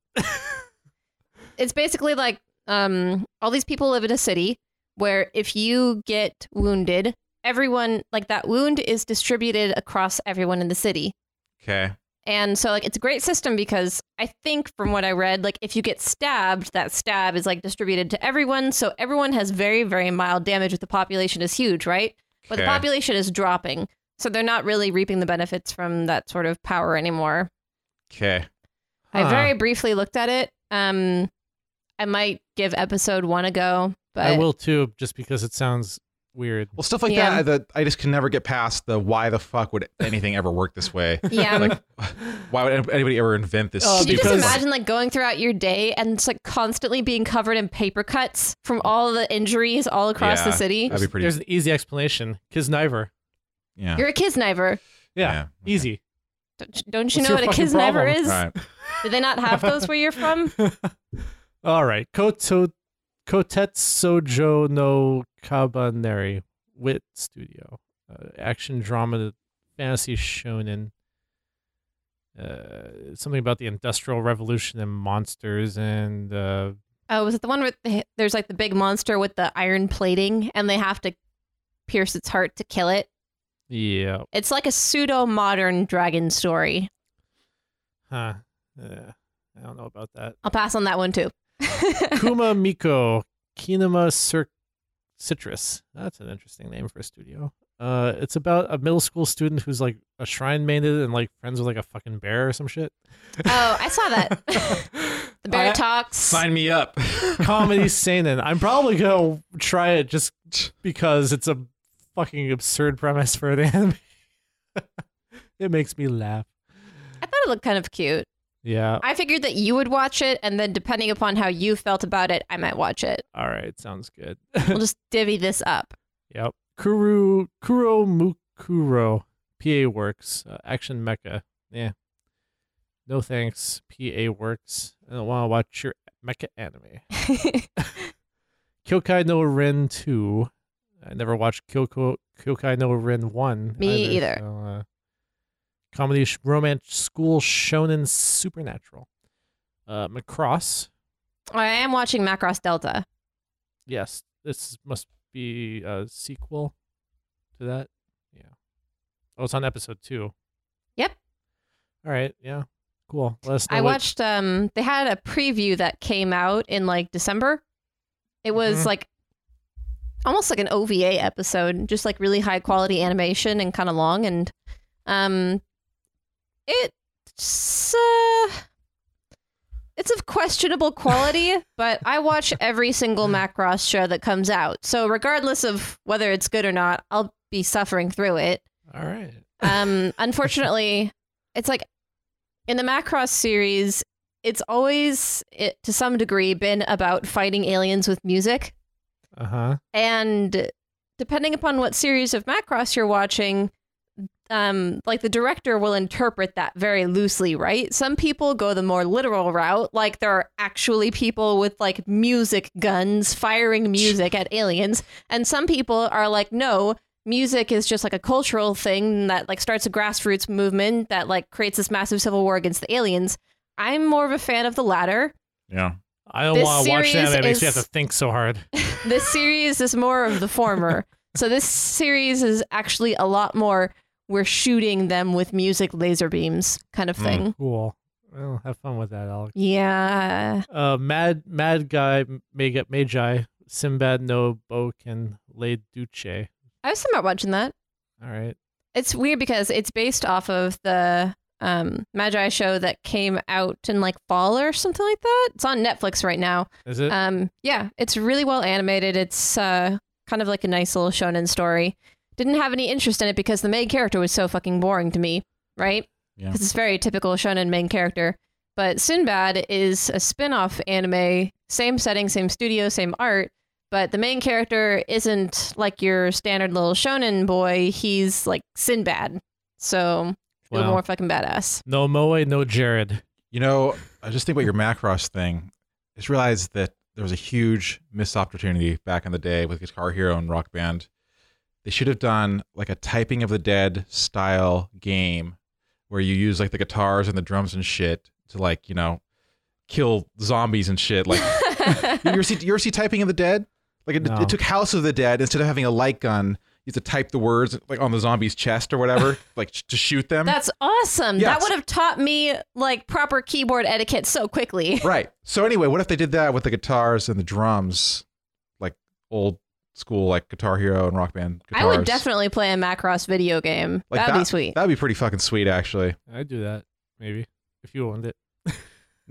[SPEAKER 7] It's basically like um, all these people live in a city where if you get wounded, everyone, like that wound is distributed across everyone in the city.
[SPEAKER 8] Okay.
[SPEAKER 7] And so like it's a great system because I think from what I read, like if you get stabbed, that stab is like distributed to everyone. So everyone has very, very mild damage if the population is huge, right? But the
[SPEAKER 8] Okay.
[SPEAKER 7] population is dropping. So they're not really reaping the benefits from that sort of power anymore.
[SPEAKER 8] Okay.
[SPEAKER 7] I
[SPEAKER 6] Huh.
[SPEAKER 7] very briefly looked at it. Um I might give episode one a go, but
[SPEAKER 6] I will too, just because it sounds weird.
[SPEAKER 8] Well, stuff like
[SPEAKER 7] Yeah.
[SPEAKER 8] that, that I just can never get past the why the fuck would anything ever work this way?
[SPEAKER 7] (laughs) yeah.
[SPEAKER 8] Like, why would anybody ever invent this?
[SPEAKER 6] Uh,
[SPEAKER 7] Can you
[SPEAKER 8] stupid
[SPEAKER 7] just
[SPEAKER 6] because-
[SPEAKER 7] imagine like going throughout your day and it's like constantly being covered in paper cuts from all the injuries all across the
[SPEAKER 8] Yeah.
[SPEAKER 7] city?
[SPEAKER 8] That'd be pretty.
[SPEAKER 6] There's an easy explanation. Kisniver.
[SPEAKER 8] yeah.
[SPEAKER 7] You're a kisniver.
[SPEAKER 6] Yeah.
[SPEAKER 8] Yeah, okay.
[SPEAKER 6] Easy.
[SPEAKER 7] Don't, don't you
[SPEAKER 6] What's
[SPEAKER 7] know
[SPEAKER 6] your
[SPEAKER 7] what a
[SPEAKER 6] fucking
[SPEAKER 7] kisniver
[SPEAKER 6] problem?
[SPEAKER 7] is?
[SPEAKER 8] All right.
[SPEAKER 7] Do they not have those where
[SPEAKER 6] (laughs)
[SPEAKER 7] you're from?
[SPEAKER 6] All right. Koto Kotetsujo no Kabaneri Wit Studio. Uh, action drama fantasy shonen. Uh, something about the industrial revolution and monsters and uh,
[SPEAKER 7] Oh, was it the one where they, there's like the big monster with the iron plating and they have to pierce its heart to kill it?
[SPEAKER 6] yeah,
[SPEAKER 7] It's like a pseudo modern dragon story.
[SPEAKER 6] huh? Yeah, I don't know about that.
[SPEAKER 7] I'll pass on that
[SPEAKER 6] (laughs)
[SPEAKER 7] one too.
[SPEAKER 6] Kuma Miko Kinema Cir- Citrus. That's an interesting name for a studio. Uh, it's about a middle school student who's like a shrine maiden and like friends with like a fucking bear or some shit.
[SPEAKER 7] oh, I saw that. (laughs)
[SPEAKER 6] (laughs)
[SPEAKER 7] the bear
[SPEAKER 6] I-
[SPEAKER 7] talks.
[SPEAKER 8] Sign me up.
[SPEAKER 6] Comedy seinen. I'm probably gonna try it just because it's a fucking absurd premise for an (laughs) anime. it makes me laugh.
[SPEAKER 7] I thought it looked kind of cute.
[SPEAKER 6] Yeah.
[SPEAKER 7] I figured that you would watch it, and then depending upon how you felt about it, I might watch it.
[SPEAKER 6] All right. Sounds good.
[SPEAKER 7] We'll just (laughs) divvy this up.
[SPEAKER 6] Yep. Kuru Kuro Mukuro PA Works uh, Action Mecha. Yeah. No thanks, PA Works. I don't want to watch your mecha
[SPEAKER 7] (laughs)
[SPEAKER 6] anime. Kyokai no Ren 2. I never watched Kyoko, Kyokai no Ren 1.
[SPEAKER 7] Me either.
[SPEAKER 6] so, uh, comedy sh- romance school shonen supernatural. Uh, Macross.
[SPEAKER 7] I am watching Macross Delta.
[SPEAKER 6] Yes, this must be a sequel to that. Yeah. Oh, it's on episode two.
[SPEAKER 7] Yep.
[SPEAKER 6] All right. Yeah. Cool. Let us know
[SPEAKER 7] I
[SPEAKER 6] what-
[SPEAKER 7] watched um they had a preview that came out in like December. It was
[SPEAKER 6] Mhm.
[SPEAKER 7] like almost like an OVA episode, just like really high quality animation and kind of long and um it's uh, it's of
[SPEAKER 6] (laughs)
[SPEAKER 7] questionable quality, but I watch every single Macross show that comes out. So regardless of whether it's good or not, I'll be suffering through it.
[SPEAKER 6] All right.
[SPEAKER 7] Um, unfortunately, it's like in the Macross series, it's always it, to some degree been about fighting aliens with music,
[SPEAKER 6] Uh huh.
[SPEAKER 7] and depending upon what series of Macross you're watching, um, like the director will interpret that very loosely, right? Some people go the more literal route, like there are actually people with like music guns firing music at aliens, and some people are like, no, music is just like a cultural thing that like starts a grassroots movement that like creates this massive civil war against the aliens. I'm more of a fan of the latter.
[SPEAKER 8] (laughs) yeah.
[SPEAKER 6] I don't
[SPEAKER 7] This
[SPEAKER 6] want to watch
[SPEAKER 7] series
[SPEAKER 6] that. It makes you have
[SPEAKER 7] is-
[SPEAKER 6] to think so
[SPEAKER 7] (laughs)
[SPEAKER 6] hard.
[SPEAKER 7] this series is more of the former. so this series is actually a lot more we're shooting them with music laser beams kind of
[SPEAKER 8] Mm.
[SPEAKER 7] thing.
[SPEAKER 6] cool. Well, have fun with that, Alex.
[SPEAKER 7] Yeah.
[SPEAKER 6] Uh, mad, mad guy, magi, magi, Sinbad no Boken, Le Duce.
[SPEAKER 7] I was thinking about watching that.
[SPEAKER 6] All right.
[SPEAKER 7] It's weird because it's based off of the um, Magi show that came out in like fall or something like that. It's on Netflix right now.
[SPEAKER 6] Is it?
[SPEAKER 7] Um, yeah, it's really well animated. It's uh, kind of like a nice little shonen story. Didn't have any interest in it because the main character was so fucking boring to me, right?
[SPEAKER 8] Yeah.
[SPEAKER 7] Because it's very typical shonen main character. But Sinbad is a spin off anime, same setting, same studio, same art. But the main character isn't like your standard little shonen boy. He's like Sinbad. So, a little
[SPEAKER 6] Wow.
[SPEAKER 7] more fucking badass.
[SPEAKER 6] no Moe, no Jared.
[SPEAKER 8] You know, I just think about your Macross thing. I just realized that there was a huge missed opportunity back in the day with Guitar Hero and Rock Band. They should have done like a typing of the dead style game where you use like the guitars and the drums and shit to like, you know, kill zombies and shit. Like you ever see you ever see typing of the dead? Like it,
[SPEAKER 6] No.
[SPEAKER 8] it took House of the Dead instead of having a light gun, you had to type the words like on the zombie's chest or whatever, like sh- to shoot them.
[SPEAKER 7] That's awesome. That
[SPEAKER 8] Mm. Yes.
[SPEAKER 7] would have taught me like proper keyboard etiquette so quickly.
[SPEAKER 8] Right. So anyway, what if they did that with the guitars and the drums, like old school, like Guitar Hero and Rock Band guitars?
[SPEAKER 7] I would definitely play a Macross video game.
[SPEAKER 8] Like
[SPEAKER 7] That'd be
[SPEAKER 8] that-
[SPEAKER 7] sweet.
[SPEAKER 8] That'd be pretty fucking sweet, actually.
[SPEAKER 6] I'd do that, maybe, if you owned it.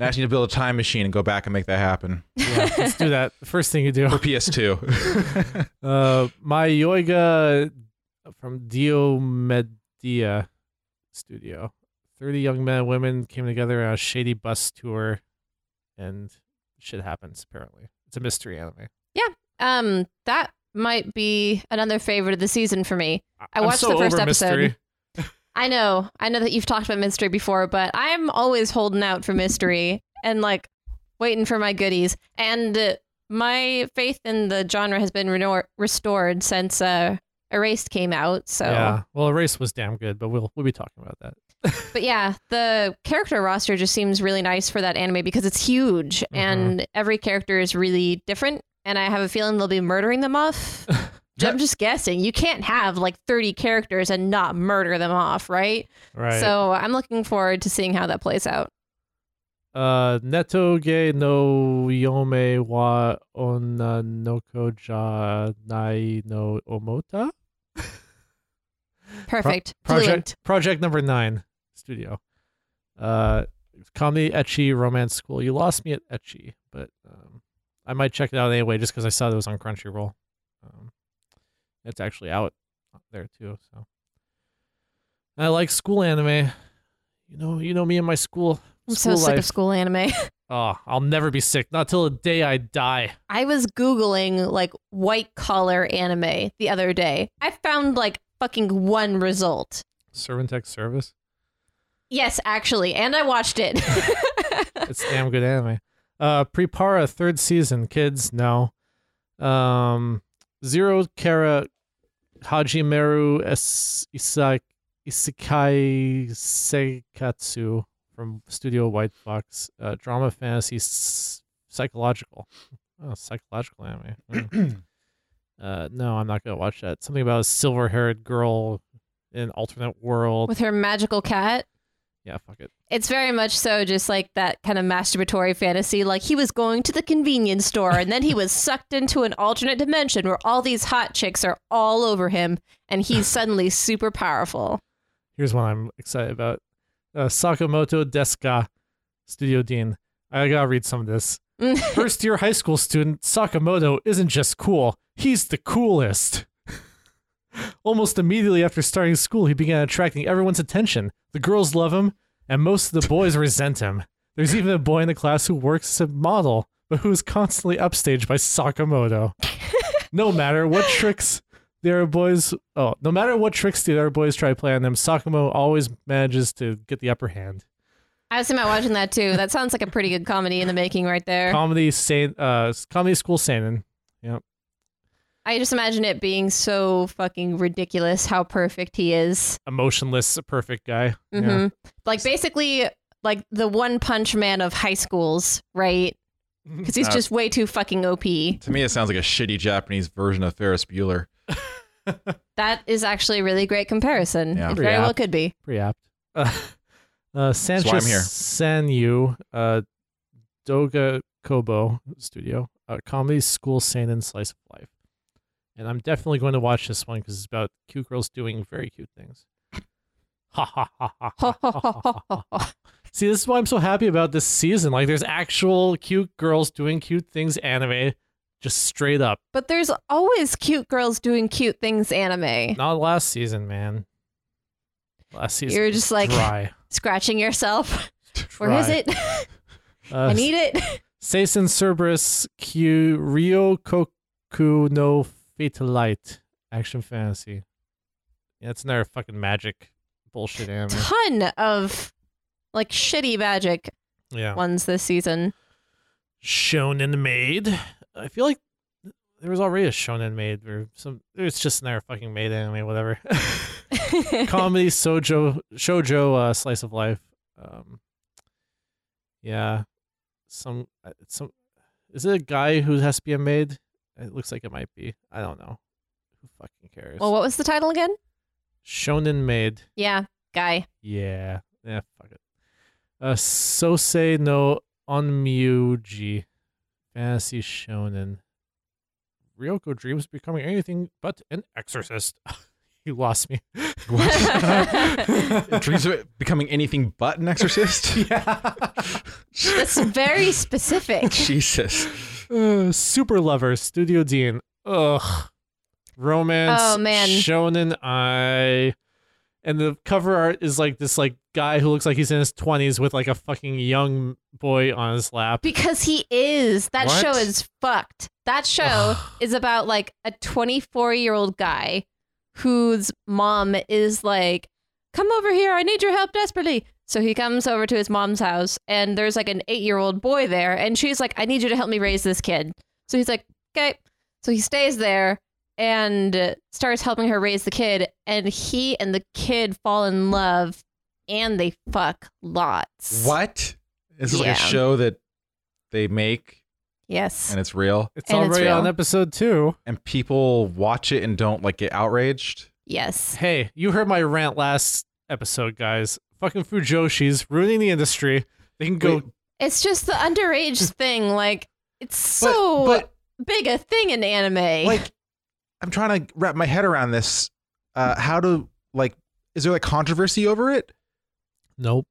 [SPEAKER 8] Now you need to build a time machine and go back and make that happen
[SPEAKER 6] Yeah, let's
[SPEAKER 7] (laughs)
[SPEAKER 6] do that. The first thing you do.
[SPEAKER 8] for PS2.
[SPEAKER 6] Uh, my Yoiga from Dio Media Studio. 30 young men and women came together on a shady bus tour, and shit happens, apparently. It's a mystery anime.
[SPEAKER 7] Um, that might be another favorite of the season for me. I
[SPEAKER 6] I'm
[SPEAKER 7] watched
[SPEAKER 6] so
[SPEAKER 7] the first
[SPEAKER 6] over
[SPEAKER 7] episode.
[SPEAKER 6] mystery.
[SPEAKER 7] I know, I know that you've talked about mystery before, but I'm always holding out for mystery and like waiting for my goodies. And uh, my faith in the genre has been renor- restored since uh, Erased came out. So,
[SPEAKER 6] Yeah. Well, Erase was damn good, but we'll we'll be talking about that.
[SPEAKER 7] but yeah, the character roster just seems really nice for that anime because it's huge
[SPEAKER 6] Mm-hmm.
[SPEAKER 7] and every character is really different. And I have a feeling they'll be murdering them
[SPEAKER 6] (laughs)
[SPEAKER 7] off. I'm just guessing. You can't have like 30 characters and not murder them off, right?
[SPEAKER 6] Right.
[SPEAKER 7] So I'm looking forward to seeing how that plays out.
[SPEAKER 6] uh, Neto ge no yome wa onanoko ja nai no omota.
[SPEAKER 7] Perfect.
[SPEAKER 6] Project
[SPEAKER 7] Fluent.
[SPEAKER 6] Project Number Nine Studio. Uh, comedy etchy romance school. You lost me at etchy, but um, I might check it out anyway just because I saw that it was on Crunchyroll. Um, it's actually out there too. So And I like school anime. You know, you know me and my school.
[SPEAKER 7] I'm so
[SPEAKER 6] school
[SPEAKER 7] sick
[SPEAKER 6] life.
[SPEAKER 7] of school anime. (laughs)
[SPEAKER 6] Oh, I'll never be sick. Not till the day I die.
[SPEAKER 7] I was Googling like white collar anime the other day. I found like fucking one result.
[SPEAKER 6] Servant Tech Service.
[SPEAKER 7] Yes, actually. And I watched it. (laughs)
[SPEAKER 6] It's damn good anime. Uh, Prepara third season, kids. No, um, Zero Kara Hajimeru Es- Isa- Isekai Sekatsu from Studio White Fox. Uh, drama, fantasy, s- psychological. Oh, psychological anime. Mm. uh, no, I'm not gonna watch that. Something about a silver-haired girl in an alternate world.
[SPEAKER 7] With her magical cat.
[SPEAKER 6] yeah, fuck it.
[SPEAKER 7] It's very much so just like that kind of masturbatory fantasy. Like he was going to the convenience store and then he was sucked into an alternate dimension where all these hot chicks are all over him and he's suddenly super powerful.
[SPEAKER 6] Here's one I'm excited about. Uh, Sakamoto Deska, Studio Dean. I gotta read some of this. First year high school student Sakamoto isn't just cool, he's the coolest. (laughs) Almost immediately after starting school, he began attracting everyone's attention. The girls love him, and most of the boys (laughs) resent him. There's even a boy in the class who works as a model, but who is constantly upstaged by Sakamoto. no matter what tricks the other boys oh no matter what tricks the other boys try to play on them sakamo always manages to get the upper hand
[SPEAKER 7] I was thinking about watching that too. That sounds like a pretty good comedy in the making right there.
[SPEAKER 6] comedy san- uh comedy school seinen
[SPEAKER 7] I just imagine it being so fucking ridiculous how perfect he is.
[SPEAKER 6] emotionless perfect guy
[SPEAKER 7] hmm
[SPEAKER 6] yeah.
[SPEAKER 7] Like basically like the one punch man of high schools, right? Because he's
[SPEAKER 8] Uh,
[SPEAKER 7] just way too fucking OP.
[SPEAKER 8] (laughs) to me, it sounds like a shitty Japanese version of Ferris Bueller.
[SPEAKER 7] That is actually a really great comparison.
[SPEAKER 8] Yeah.
[SPEAKER 7] It very
[SPEAKER 6] Yeah.
[SPEAKER 7] well could be.
[SPEAKER 6] pretty
[SPEAKER 8] (laughs)
[SPEAKER 6] apt uh, uh sanchez
[SPEAKER 8] I'm here.
[SPEAKER 6] sanyu uh doga kobo studio uh, comedy school seinen slice of life and i'm definitely going to watch this one because it's about cute girls doing very cute things (laughs) Ha ha ha ha.
[SPEAKER 8] (laughs)
[SPEAKER 6] See, this is why I'm so happy about this season. Like, there's actual cute girls doing cute things anime, just straight up.
[SPEAKER 7] But there's always cute girls doing cute things anime.
[SPEAKER 6] Not last season, man. Last season.
[SPEAKER 7] You're
[SPEAKER 6] was
[SPEAKER 7] just like-
[SPEAKER 6] Dry.
[SPEAKER 7] Scratching yourself. (laughs) Where is it?
[SPEAKER 6] Uh,
[SPEAKER 7] I need it.
[SPEAKER 6] Seisen Cerberus Q Rio Koku no Fatal Light action fantasy. Yeah, it's another fucking magic bullshit anime.
[SPEAKER 7] (laughs) Ton of like shitty magic
[SPEAKER 6] Yeah.
[SPEAKER 7] ones this season.
[SPEAKER 6] Shonen Maid. I feel like there was already a Shonen Maid or some. It's just another fucking maid anime,
[SPEAKER 7] (laughs)
[SPEAKER 6] whatever. Comedy sojo shojo uh, slice of life. Um, yeah, some uh, some. Is it a guy who has to be a maid? It looks like it might be. I don't know. Who fucking cares?
[SPEAKER 7] well, what was the title again?
[SPEAKER 6] Shonen Maid.
[SPEAKER 7] Yeah, guy.
[SPEAKER 6] Yeah. Yeah, fuck it. Uh Sosei no Onmyuji. Fantasy Shonen. Ryoko dreams of becoming anything but an exorcist. (laughs) you lost me.
[SPEAKER 8] It Dreams of it becoming anything but
[SPEAKER 7] (laughs)
[SPEAKER 8] an exorcist?
[SPEAKER 6] yeah.
[SPEAKER 7] That's very specific.
[SPEAKER 8] Jesus.
[SPEAKER 6] Uh, Super Lover, Studio Dean. Ugh. Romance.
[SPEAKER 7] Oh, man.
[SPEAKER 6] Shonen I. And the cover art is like this like guy who looks like he's in his twenties with like a fucking young boy on his lap.
[SPEAKER 7] Because he is. That
[SPEAKER 8] What?
[SPEAKER 7] show is fucked. That show is about like a 24 year old guy whose mom is like, come over here. I need your help desperately. So he comes over to his mom's house and there's like an eight year old boy there. And she's like, I need you to help me raise this kid. So he's like, okay. So he stays there and uh, starts helping her raise the kid. And he and the kid fall in love and they fuck lots.
[SPEAKER 8] What? This is
[SPEAKER 7] Yeah.
[SPEAKER 8] like a show that they make
[SPEAKER 7] Yes.
[SPEAKER 8] and it's real
[SPEAKER 6] It's
[SPEAKER 7] And it's
[SPEAKER 6] already on
[SPEAKER 7] real.
[SPEAKER 6] episode two.
[SPEAKER 8] and people watch it and don't like get outraged.
[SPEAKER 7] Yes.
[SPEAKER 6] Hey, you heard my rant last episode, guys. Fucking Fujoshi's ruining the industry. They can go.
[SPEAKER 8] Wait,
[SPEAKER 7] It's just the underage thing. Like, it's so
[SPEAKER 8] but-
[SPEAKER 7] big a thing in (laughs) anime.
[SPEAKER 8] Like I'm trying to wrap my head around this. Uh how to like is there like controversy over it?
[SPEAKER 6] nope.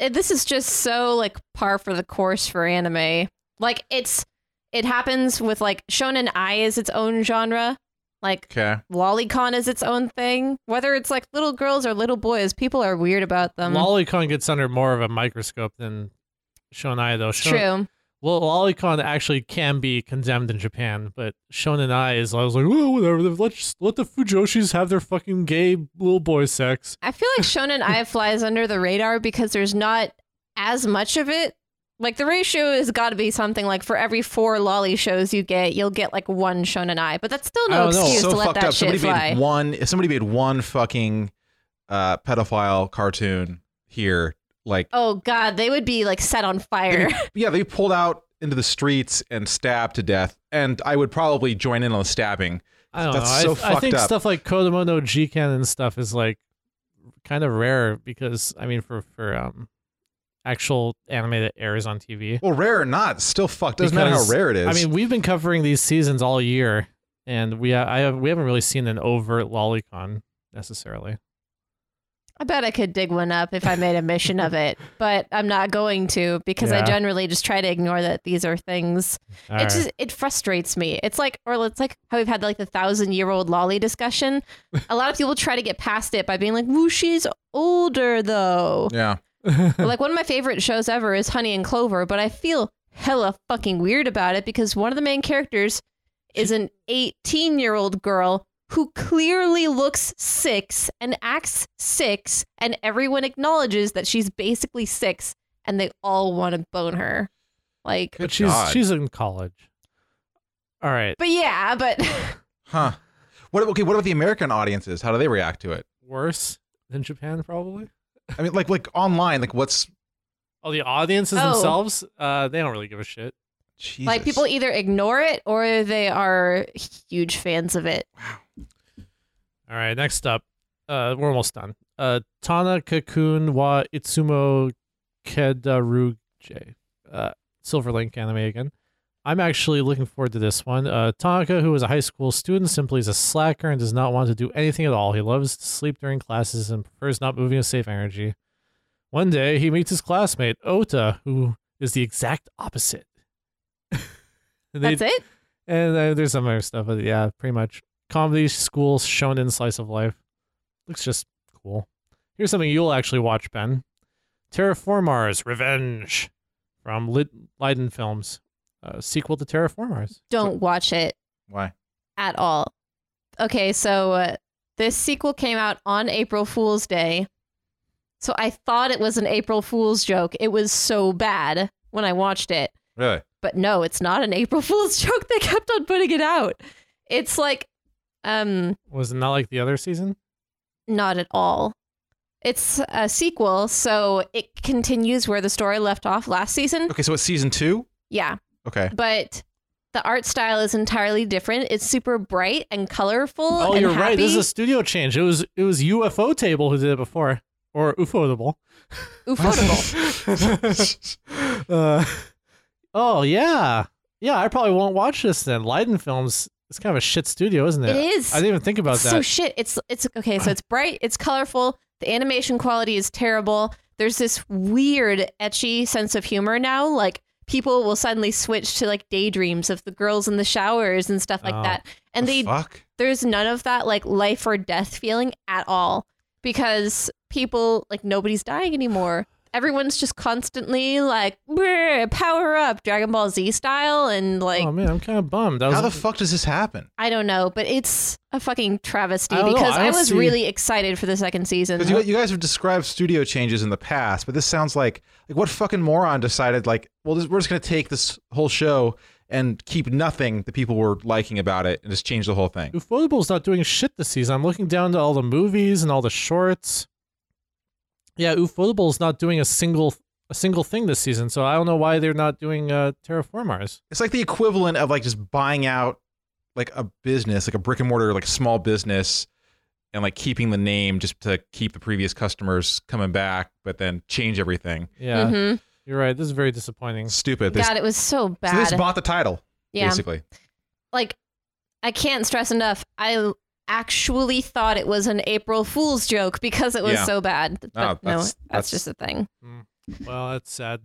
[SPEAKER 7] Uh, this is just so, like, par for the course for anime. Like, it's, it happens with, like, Shonen Ai is its own genre. Like,
[SPEAKER 8] Okay.
[SPEAKER 7] Lolicon is its own thing. Whether it's, like, little girls or little boys, people are weird about them.
[SPEAKER 6] Lolicon gets under more of a microscope than Shonai, though.
[SPEAKER 7] It's
[SPEAKER 6] Shon-
[SPEAKER 7] True.
[SPEAKER 6] Well, Lolicon actually can be condemned in Japan, but Shonen Ai is I was like, oh, whatever. Let's let the Fujoshis have their fucking gay little boy sex.
[SPEAKER 7] I feel
[SPEAKER 6] (laughs)
[SPEAKER 7] like Shonen Ai flies under the radar because there's not as much of it. Like the ratio has got to be something like for every four lolly shows you get, you'll get like one Shonen Ai, but that's still
[SPEAKER 6] I
[SPEAKER 7] no
[SPEAKER 6] don't know.
[SPEAKER 7] excuse
[SPEAKER 8] Oh, so
[SPEAKER 7] to let
[SPEAKER 8] fucked
[SPEAKER 7] that
[SPEAKER 8] up.
[SPEAKER 7] shit
[SPEAKER 8] Somebody
[SPEAKER 7] fly.
[SPEAKER 8] made one. If somebody made one fucking uh, pedophile cartoon here, like
[SPEAKER 7] Oh god, they would be like set on
[SPEAKER 8] (laughs)
[SPEAKER 7] fire.
[SPEAKER 8] yeah, they pulled out into the streets and stabbed to death, and I would probably join in on the stabbing.
[SPEAKER 6] I don't
[SPEAKER 8] That's
[SPEAKER 6] know.
[SPEAKER 8] so
[SPEAKER 6] I, I
[SPEAKER 8] fucked
[SPEAKER 6] think
[SPEAKER 8] up.
[SPEAKER 6] stuff like Kodomo no Jiken and stuff is like kind of rare because I mean for for um actual anime that airs on TV.
[SPEAKER 8] Well, rare or not, it's still fucked. Doesn't matter how
[SPEAKER 6] Because,
[SPEAKER 8] rare it is.
[SPEAKER 6] I mean, we've been covering these seasons all year, and we uh, I have, we haven't really seen an overt lolicon necessarily.
[SPEAKER 7] I bet I could dig one up if I made a mission of it, but I'm not going to because I
[SPEAKER 6] Yeah.
[SPEAKER 7] generally just try to ignore that these are things
[SPEAKER 6] All
[SPEAKER 7] it
[SPEAKER 6] right.
[SPEAKER 7] just it frustrates me. It's like or it's like how we've had like the thousand year old lolly discussion. A lot of people try to get past it by being like, "Woo, she's
[SPEAKER 6] (laughs)
[SPEAKER 7] older though."
[SPEAKER 8] yeah,
[SPEAKER 7] Or, like one of my favorite shows ever is Honey and Clover, but I feel hella fucking weird about it because one of the main characters is an eighteen year old girl who clearly looks six and acts six, and everyone acknowledges that she's basically six, and they all want to bone her. Like,
[SPEAKER 8] good
[SPEAKER 6] but she's
[SPEAKER 8] God.
[SPEAKER 6] she's in college. All right,
[SPEAKER 7] but yeah, but. (laughs)
[SPEAKER 8] huh? What okay? What about the American audiences? How do they react to it?
[SPEAKER 6] worse than Japan probably.
[SPEAKER 8] I mean, like like online, like what's
[SPEAKER 6] Oh, the audiences
[SPEAKER 7] Oh.
[SPEAKER 6] themselves, uh, they don't really give a shit.
[SPEAKER 8] Jesus.
[SPEAKER 7] Like people either ignore it or they are huge fans of it.
[SPEAKER 6] All right, next up, uh, we're almost done. Uh, Tana Kakun wa Itsumo Kedaruge, uh, Silver Link anime again. I'm actually looking forward to this one. Uh, Tanaka, who is a high school student, simply is a slacker and does not want to do anything at all. He loves to sleep during classes and prefers not moving to save energy. One day, he meets his classmate, Ota, who is the exact opposite. (laughs) And they-
[SPEAKER 7] That's it?
[SPEAKER 6] And uh, there's some other stuff, but yeah, pretty much. Comedy, school, shonen, slice of life. Looks just cool. Here's something you'll actually watch, Ben. Terraformars Revenge from Lid- Leiden Films. Uh, sequel to Terraformars.
[SPEAKER 7] Don't watch it.
[SPEAKER 8] Why?
[SPEAKER 7] at all. Okay, so uh, this sequel came out on April Fool's Day. So I thought it was an April Fool's joke. It was so bad when I watched it.
[SPEAKER 8] Really?
[SPEAKER 7] But no, it's not an April (laughs) Fool's joke. They kept on putting it out. It's like um
[SPEAKER 6] Was it not like the other season?
[SPEAKER 7] not at all. It's a sequel, so it continues where the story left off last season.
[SPEAKER 8] Okay, so it's season two.
[SPEAKER 7] Yeah.
[SPEAKER 8] Okay.
[SPEAKER 7] But the art style is entirely different. It's super bright and colorful.
[SPEAKER 6] Oh,
[SPEAKER 7] and
[SPEAKER 6] you're right. This is
[SPEAKER 7] happy.
[SPEAKER 6] a studio change. It was it was UFO Table who did it before, or UFO (laughs)
[SPEAKER 7] Ufotable.
[SPEAKER 6] uh, Oh yeah, yeah. I probably won't watch this then. Leiden Films. It's kind of a shit studio, isn't it?
[SPEAKER 7] It is.
[SPEAKER 6] I didn't even think about
[SPEAKER 7] so
[SPEAKER 6] that.
[SPEAKER 7] shit. It's it's okay. So it's bright. It's colorful. The animation quality is terrible. There's this weird etchy sense of humor now. Like people will suddenly switch to like daydreams of the girls in the showers and stuff like
[SPEAKER 6] Oh.
[SPEAKER 7] that. And they
[SPEAKER 8] fuck.
[SPEAKER 7] there's none of that like life or death feeling at all because people like nobody's dying anymore. Everyone's just constantly like "Brr, power up Dragon Ball Z style and like
[SPEAKER 6] oh man, I'm kind of bummed. That was
[SPEAKER 8] How the fuck does this happen?
[SPEAKER 7] I don't know, but it's a fucking travesty
[SPEAKER 6] I don't know.
[SPEAKER 7] because
[SPEAKER 6] I
[SPEAKER 7] I,
[SPEAKER 6] don't
[SPEAKER 7] was
[SPEAKER 6] see-
[SPEAKER 7] really excited for the second season.
[SPEAKER 8] Because you, you guys have described studio changes in the past, but this sounds like like what fucking moron decided like, well, this, we're just gonna take this whole show and keep nothing that people were liking about it and just change the whole thing.
[SPEAKER 6] Ufotable's not doing shit this season. I'm looking down to all the movies and all the shorts. Yeah, Ufotable's not doing a single a single thing this season, so I don't know why they're not doing uh, Terraformars.
[SPEAKER 8] It's like the equivalent of like just buying out like a business, like a brick and mortar, like small business, and like keeping the name just to keep the previous customers coming back, but then change everything.
[SPEAKER 6] Yeah,
[SPEAKER 7] hmm
[SPEAKER 6] you're right. This is very disappointing.
[SPEAKER 8] Stupid. They,
[SPEAKER 7] God, it was so
[SPEAKER 8] so they
[SPEAKER 7] bad.
[SPEAKER 8] just bought the title,
[SPEAKER 7] yeah,
[SPEAKER 8] basically.
[SPEAKER 7] like I can't stress enough. I actually thought it was an April Fool's joke because it was
[SPEAKER 8] Yeah.
[SPEAKER 7] so bad. But
[SPEAKER 8] that's-
[SPEAKER 7] no,
[SPEAKER 8] that's-
[SPEAKER 7] that's, just a thing.
[SPEAKER 6] Well, that's sad.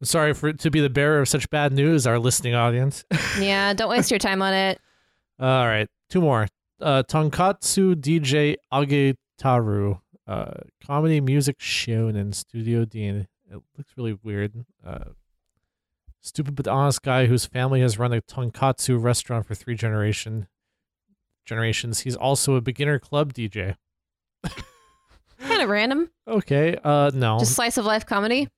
[SPEAKER 6] I'm sorry for to be the bearer of such bad news, our listening audience.
[SPEAKER 7] Yeah, don't waste your time on it.
[SPEAKER 6] All right, two more. Uh, Tonkatsu DJ Agetaru, uh, comedy music shonen, Studio Dean. It looks really weird. Uh, stupid but honest guy whose family has run a tonkatsu restaurant for three generation generations. He's also a beginner club DJ.
[SPEAKER 7] Kind of random.
[SPEAKER 6] Okay, uh, no,
[SPEAKER 7] Just slice of life comedy.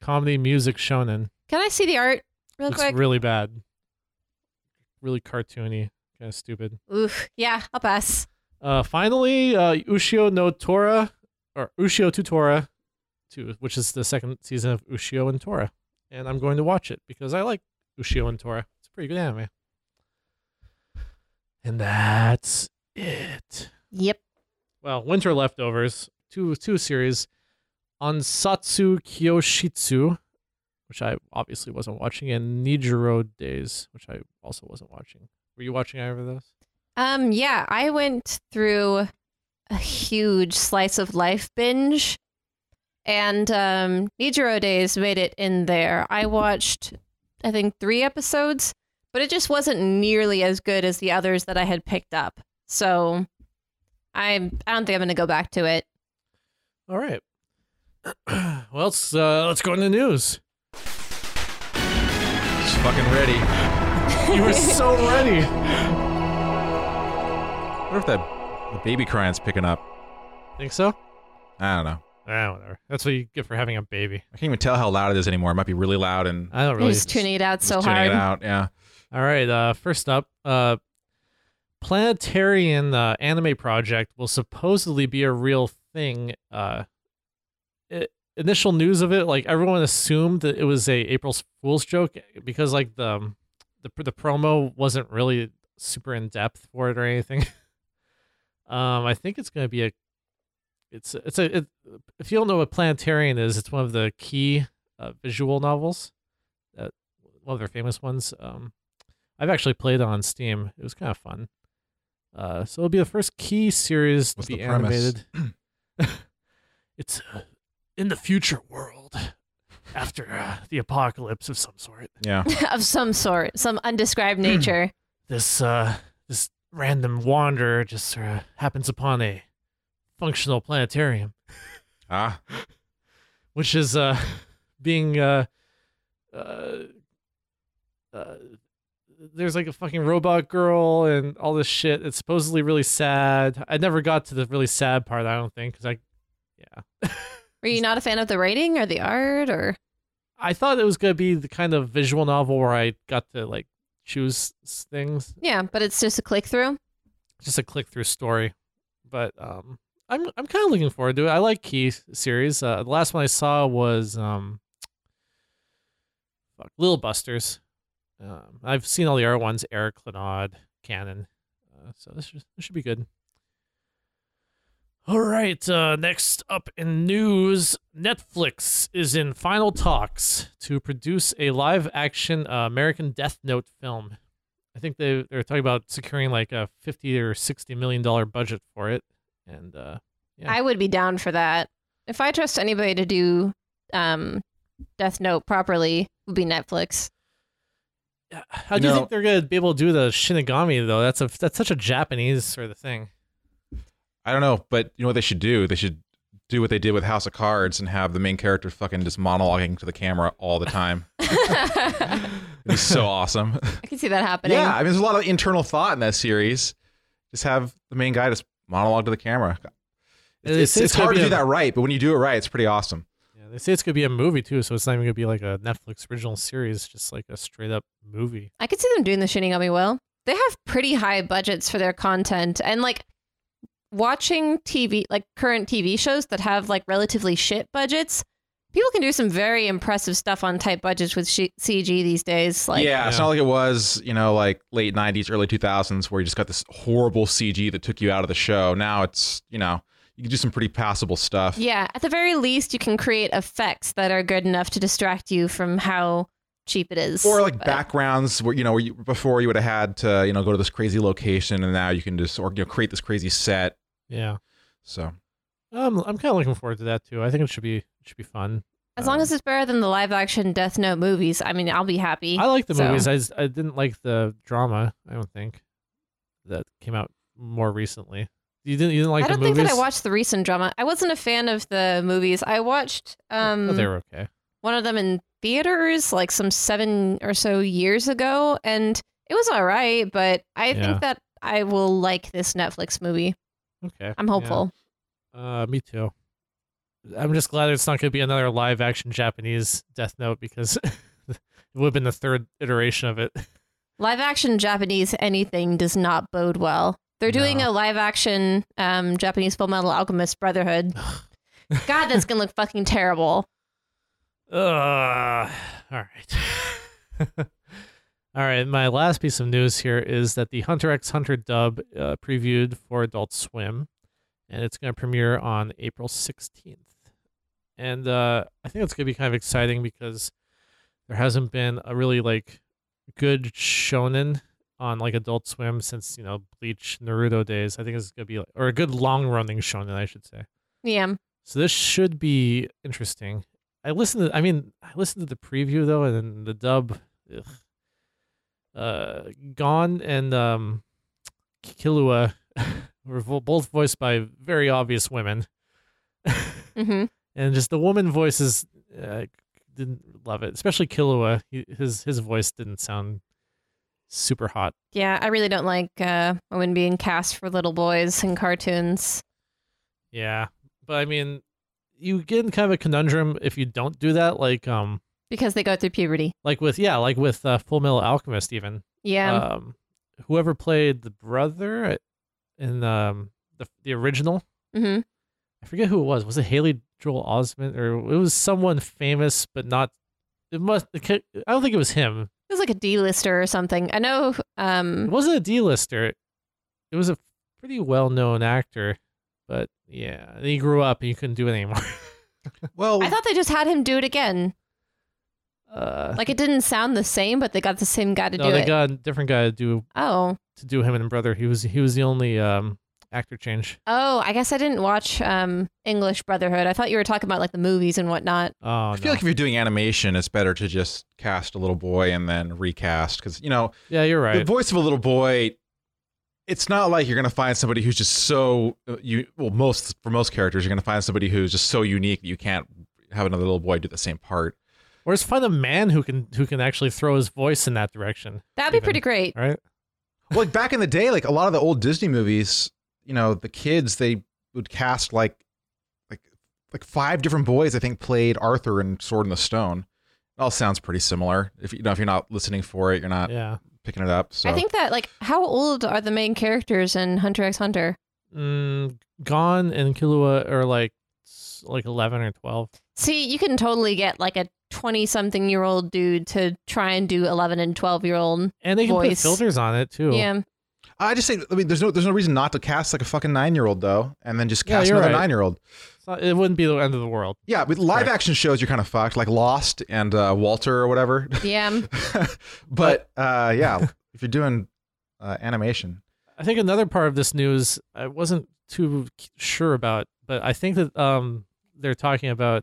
[SPEAKER 6] comedy music shonen.
[SPEAKER 7] Can I see the art real
[SPEAKER 6] looks
[SPEAKER 7] quick?
[SPEAKER 6] really bad, really cartoony, kind of stupid.
[SPEAKER 7] Oof. Yeah, I'll pass.
[SPEAKER 6] Uh, finally, uh, Ushio no Tora, or Ushio to Tora, two, which is the second season of Ushio and Tora, and I'm going to watch it because I like Ushio and Tora. It's a pretty good anime. And that's it.
[SPEAKER 7] Yep.
[SPEAKER 6] Well, Winter Leftovers, two two series, Ansatsu Kyoshitsu, which I obviously wasn't watching, and Nijiro Days, which I also wasn't watching. Were you watching either of those?
[SPEAKER 7] Um, yeah, I went through a huge slice of life binge, and um, Nijiro Days made it in there. I watched, I think, three episodes, but it just wasn't nearly as good as the others that I had picked up. So, I I don't think I'm gonna go back to it.
[SPEAKER 6] All right. (clears throat) well, let's uh, let's go into news.
[SPEAKER 8] Just fucking ready. I
[SPEAKER 6] (laughs) You were so ready.
[SPEAKER 8] wonder if that the baby crying's picking up.
[SPEAKER 6] Think so?
[SPEAKER 8] I don't know.
[SPEAKER 6] Ah, whatever. That's what you get for having a baby.
[SPEAKER 8] I can't even tell how loud it is anymore. It might be really loud and
[SPEAKER 6] I don't
[SPEAKER 7] I'm
[SPEAKER 6] really.
[SPEAKER 7] just tuning it out
[SPEAKER 8] just
[SPEAKER 7] so
[SPEAKER 8] tuning
[SPEAKER 7] hard.
[SPEAKER 8] it out. Yeah.
[SPEAKER 6] All right. Uh, first up, uh, Planetarian uh, anime project will supposedly be a real thing. Uh, i initial news of it, like everyone assumed that it was a April Fool's joke because like the um, the the promo wasn't really super in depth for it or anything. (laughs) um, I think it's gonna be a it's it's a it, if you don't know what Planetarian is, it's one of the key uh, visual novels. Uh, one of their famous ones. Um, I've actually played on Steam. It was kind of fun. Uh, so it'll be the first Key series
[SPEAKER 8] What's
[SPEAKER 6] to be
[SPEAKER 8] the premise?
[SPEAKER 6] animated.
[SPEAKER 8] (clears throat)
[SPEAKER 6] it's uh, in the future world after uh, the apocalypse of some sort.
[SPEAKER 7] (laughs)
[SPEAKER 8] Yeah.
[SPEAKER 7] of some sort, some
[SPEAKER 8] (clears throat)
[SPEAKER 7] undescribed nature.
[SPEAKER 6] this uh this random wanderer just sort of happens upon a functional planetarium
[SPEAKER 8] Ah.
[SPEAKER 6] which is uh (laughs) being uh uh, uh there's like a fucking robot girl and all this shit it's supposedly really sad i never got to the really sad part i don't think because i yeah
[SPEAKER 7] Were you not a fan of the writing or the art or
[SPEAKER 6] i thought it was gonna be the kind of visual novel where i got to like choose s- things
[SPEAKER 7] yeah, but it's just a click through.
[SPEAKER 6] just a click through story. But um, I'm I'm kind of looking forward to it. I like Key series. Uh, the last one I saw was um, fuck, Little Busters. Um, I've seen all the other ones, Eric Clannad, Cannon. Uh, so this should, this should be good. All right. Uh, next up in news, Netflix is in final talks to produce a live-action uh, American Death Note film. I think they they're talking about securing like a fifty or sixty million dollar budget for it, and uh, Yeah.
[SPEAKER 7] I would be down for that. If I trust anybody to do um, Death Note properly, it would be Netflix.
[SPEAKER 6] how
[SPEAKER 8] You
[SPEAKER 6] do you
[SPEAKER 8] know-
[SPEAKER 6] think they're gonna be able to do the Shinigami though? That's a that's such a Japanese sort of thing.
[SPEAKER 8] I don't know, but you know what they should do? They should do what they did with House of Cards and have the main character fucking just monologuing to the camera all
[SPEAKER 7] (laughs)
[SPEAKER 8] the time.
[SPEAKER 7] I
[SPEAKER 8] It'd be so awesome.
[SPEAKER 7] can see that happening.
[SPEAKER 8] yeah, I mean, there's a lot of internal thought in that series. Just have the main guy just monologue to the camera.
[SPEAKER 6] They
[SPEAKER 8] It's,
[SPEAKER 6] say
[SPEAKER 8] it's hard
[SPEAKER 6] gonna
[SPEAKER 8] to do
[SPEAKER 6] be a-
[SPEAKER 8] that right, but when you do it right, it's pretty awesome.
[SPEAKER 6] Yeah, they say it's gonna be a movie too, so it's not even gonna be like a Netflix original series, just like a straight up movie.
[SPEAKER 7] I could see them doing the Shinigami well. They have pretty high budgets for their content, and like watching TV, like current TV shows that have like relatively shit budgets, people can do some very impressive stuff on tight budgets with sh- CG these days. Like,
[SPEAKER 8] yeah, it's
[SPEAKER 6] Yeah.
[SPEAKER 8] not like it was, you know, like late 90s, early 2000s, where you just got this horrible CG that took you out of the show. Now it's, you know, you can do some pretty passable stuff.
[SPEAKER 7] yeah, at the very least, you can create effects that are good enough to distract you from how cheap it is.
[SPEAKER 8] Or like
[SPEAKER 7] But-
[SPEAKER 8] backgrounds where you know where you, before you would have had to you know go to this crazy location and now you can just or you know create this crazy set.
[SPEAKER 6] Yeah,
[SPEAKER 8] So
[SPEAKER 6] um, I'm kind of looking forward to that too. I think it should be it should be fun.
[SPEAKER 7] As long as it's better than the live action Death Note movies, I mean, I'll be happy.
[SPEAKER 6] I like the
[SPEAKER 7] So-
[SPEAKER 6] movies. I just- I didn't like the drama. I don't think that came out more recently. You didn't you didn't like
[SPEAKER 7] I
[SPEAKER 6] the
[SPEAKER 7] don't
[SPEAKER 6] movies?
[SPEAKER 7] think that I watched the recent drama. I wasn't a fan of the movies. I watched
[SPEAKER 6] I thought
[SPEAKER 7] um,
[SPEAKER 6] Oh, they were okay.
[SPEAKER 7] one of them in theaters like some seven or so years ago, and it was all right, but I
[SPEAKER 6] Yeah.
[SPEAKER 7] think that I will like this Netflix movie.
[SPEAKER 6] Okay.
[SPEAKER 7] I'm
[SPEAKER 6] yeah.
[SPEAKER 7] hopeful.
[SPEAKER 6] Uh, me too. I'm just glad it's not going to be another live action Japanese Death Note because (laughs) it would have been the third iteration of it.
[SPEAKER 7] Live action Japanese anything does not bode well. They're doing
[SPEAKER 6] No.
[SPEAKER 7] a live action um, Japanese Full Metal
[SPEAKER 6] (laughs)
[SPEAKER 7] Alchemist Brotherhood. God, that's going to look fucking terrible.
[SPEAKER 6] Uh, all right. (laughs) all right. My last piece of news here is that the Hunter x Hunter dub uh, previewed for Adult Swim, and it's going to premiere on April 16th. And uh, I think it's going to be kind of exciting because there hasn't been a really like good shonen on like Adult Swim since you know Bleach, Naruto days. I think it's going to be like, or a good long running shonen, I should say.
[SPEAKER 7] Yeah.
[SPEAKER 6] So this should be interesting. I listened to I mean, I listened to the preview though and then the dub ugh. uh Gone and um Kilua (laughs) were vo- both voiced by very obvious women.
[SPEAKER 7] hmm
[SPEAKER 6] And just the woman voices uh, didn't love it, especially Kilua. He, his his voice didn't sound super hot.
[SPEAKER 7] Yeah, I really don't like uh, women being cast for little boys in cartoons.
[SPEAKER 6] Yeah. But I mean, you get in kind of a conundrum if you don't do that like um
[SPEAKER 7] because they go through puberty.
[SPEAKER 6] like with yeah like with uh, full metal alchemist even
[SPEAKER 7] Yeah.
[SPEAKER 6] um whoever played the brother in um the, the original
[SPEAKER 7] hmm
[SPEAKER 6] i forget who it was was it haley joel osment or it was someone famous but not it must it ca- i don't think it was him
[SPEAKER 7] It was like a D-lister or something. I know.
[SPEAKER 6] it
[SPEAKER 8] Mm.
[SPEAKER 7] Um,
[SPEAKER 6] wasn't a d-lister it was a pretty well-known actor but yeah he grew up and he couldn't do it anymore
[SPEAKER 8] well,
[SPEAKER 7] I thought they just had him do it again.
[SPEAKER 6] (laughs) Uh,
[SPEAKER 7] Like it didn't sound the same, but they got the same guy to
[SPEAKER 6] no,
[SPEAKER 7] do
[SPEAKER 6] they
[SPEAKER 7] it.
[SPEAKER 6] got a different guy to do
[SPEAKER 7] oh,
[SPEAKER 6] to do him and brother. He was he was the only um actor change.
[SPEAKER 7] oh, I guess I didn't watch um English Brotherhood. I thought you were talking about like the movies and whatnot.
[SPEAKER 6] Oh,
[SPEAKER 8] I feel
[SPEAKER 6] no.
[SPEAKER 8] like if you're doing animation, it's better to just cast a little boy and then recast because you know
[SPEAKER 6] yeah, you're
[SPEAKER 8] the
[SPEAKER 6] right.
[SPEAKER 8] voice of a little boy. It's not like you're gonna find somebody who's just so uh, you. Well, most for most characters, you're gonna find somebody who's just so unique that you can't have another little boy do the same part.
[SPEAKER 6] or just find a man who can who can actually throw his voice in that direction.
[SPEAKER 7] That'd be
[SPEAKER 6] Even.
[SPEAKER 7] pretty great.
[SPEAKER 6] All right.
[SPEAKER 8] Well, like back in the day, like a lot of the old Disney movies, you know, the kids they would cast like like like five different boys. I think played Arthur and Sword in the Stone. It all sounds pretty similar. If you know, if you're not listening for it, you're not
[SPEAKER 6] Yeah.
[SPEAKER 8] picking it up. So
[SPEAKER 7] I think that like how old are the main characters in Hunter X Hunter?
[SPEAKER 6] Mm, Gone and Killua are like s- like eleven or twelve.
[SPEAKER 7] See, you can totally get like a twenty something year old dude to try and do eleven and twelve year old.
[SPEAKER 6] And they can put
[SPEAKER 7] Voice.
[SPEAKER 6] filters on it too.
[SPEAKER 7] Yeah.
[SPEAKER 8] I just say, I mean, there's no there's no reason not to cast like a fucking nine year old though, and then just
[SPEAKER 6] Yeah,
[SPEAKER 8] cast
[SPEAKER 6] you're
[SPEAKER 8] another
[SPEAKER 6] right.
[SPEAKER 8] nine year old.
[SPEAKER 6] It's not- it wouldn't be the end of the world.
[SPEAKER 8] Yeah, with live
[SPEAKER 6] Right.
[SPEAKER 8] action shows, you're kind of fucked, like Lost and uh, Walter or whatever. (laughs)
[SPEAKER 7] Yeah.
[SPEAKER 8] but uh, yeah, if you're doing uh, animation,
[SPEAKER 6] I think another part of this news I wasn't too k- sure about, but I think that um they're talking about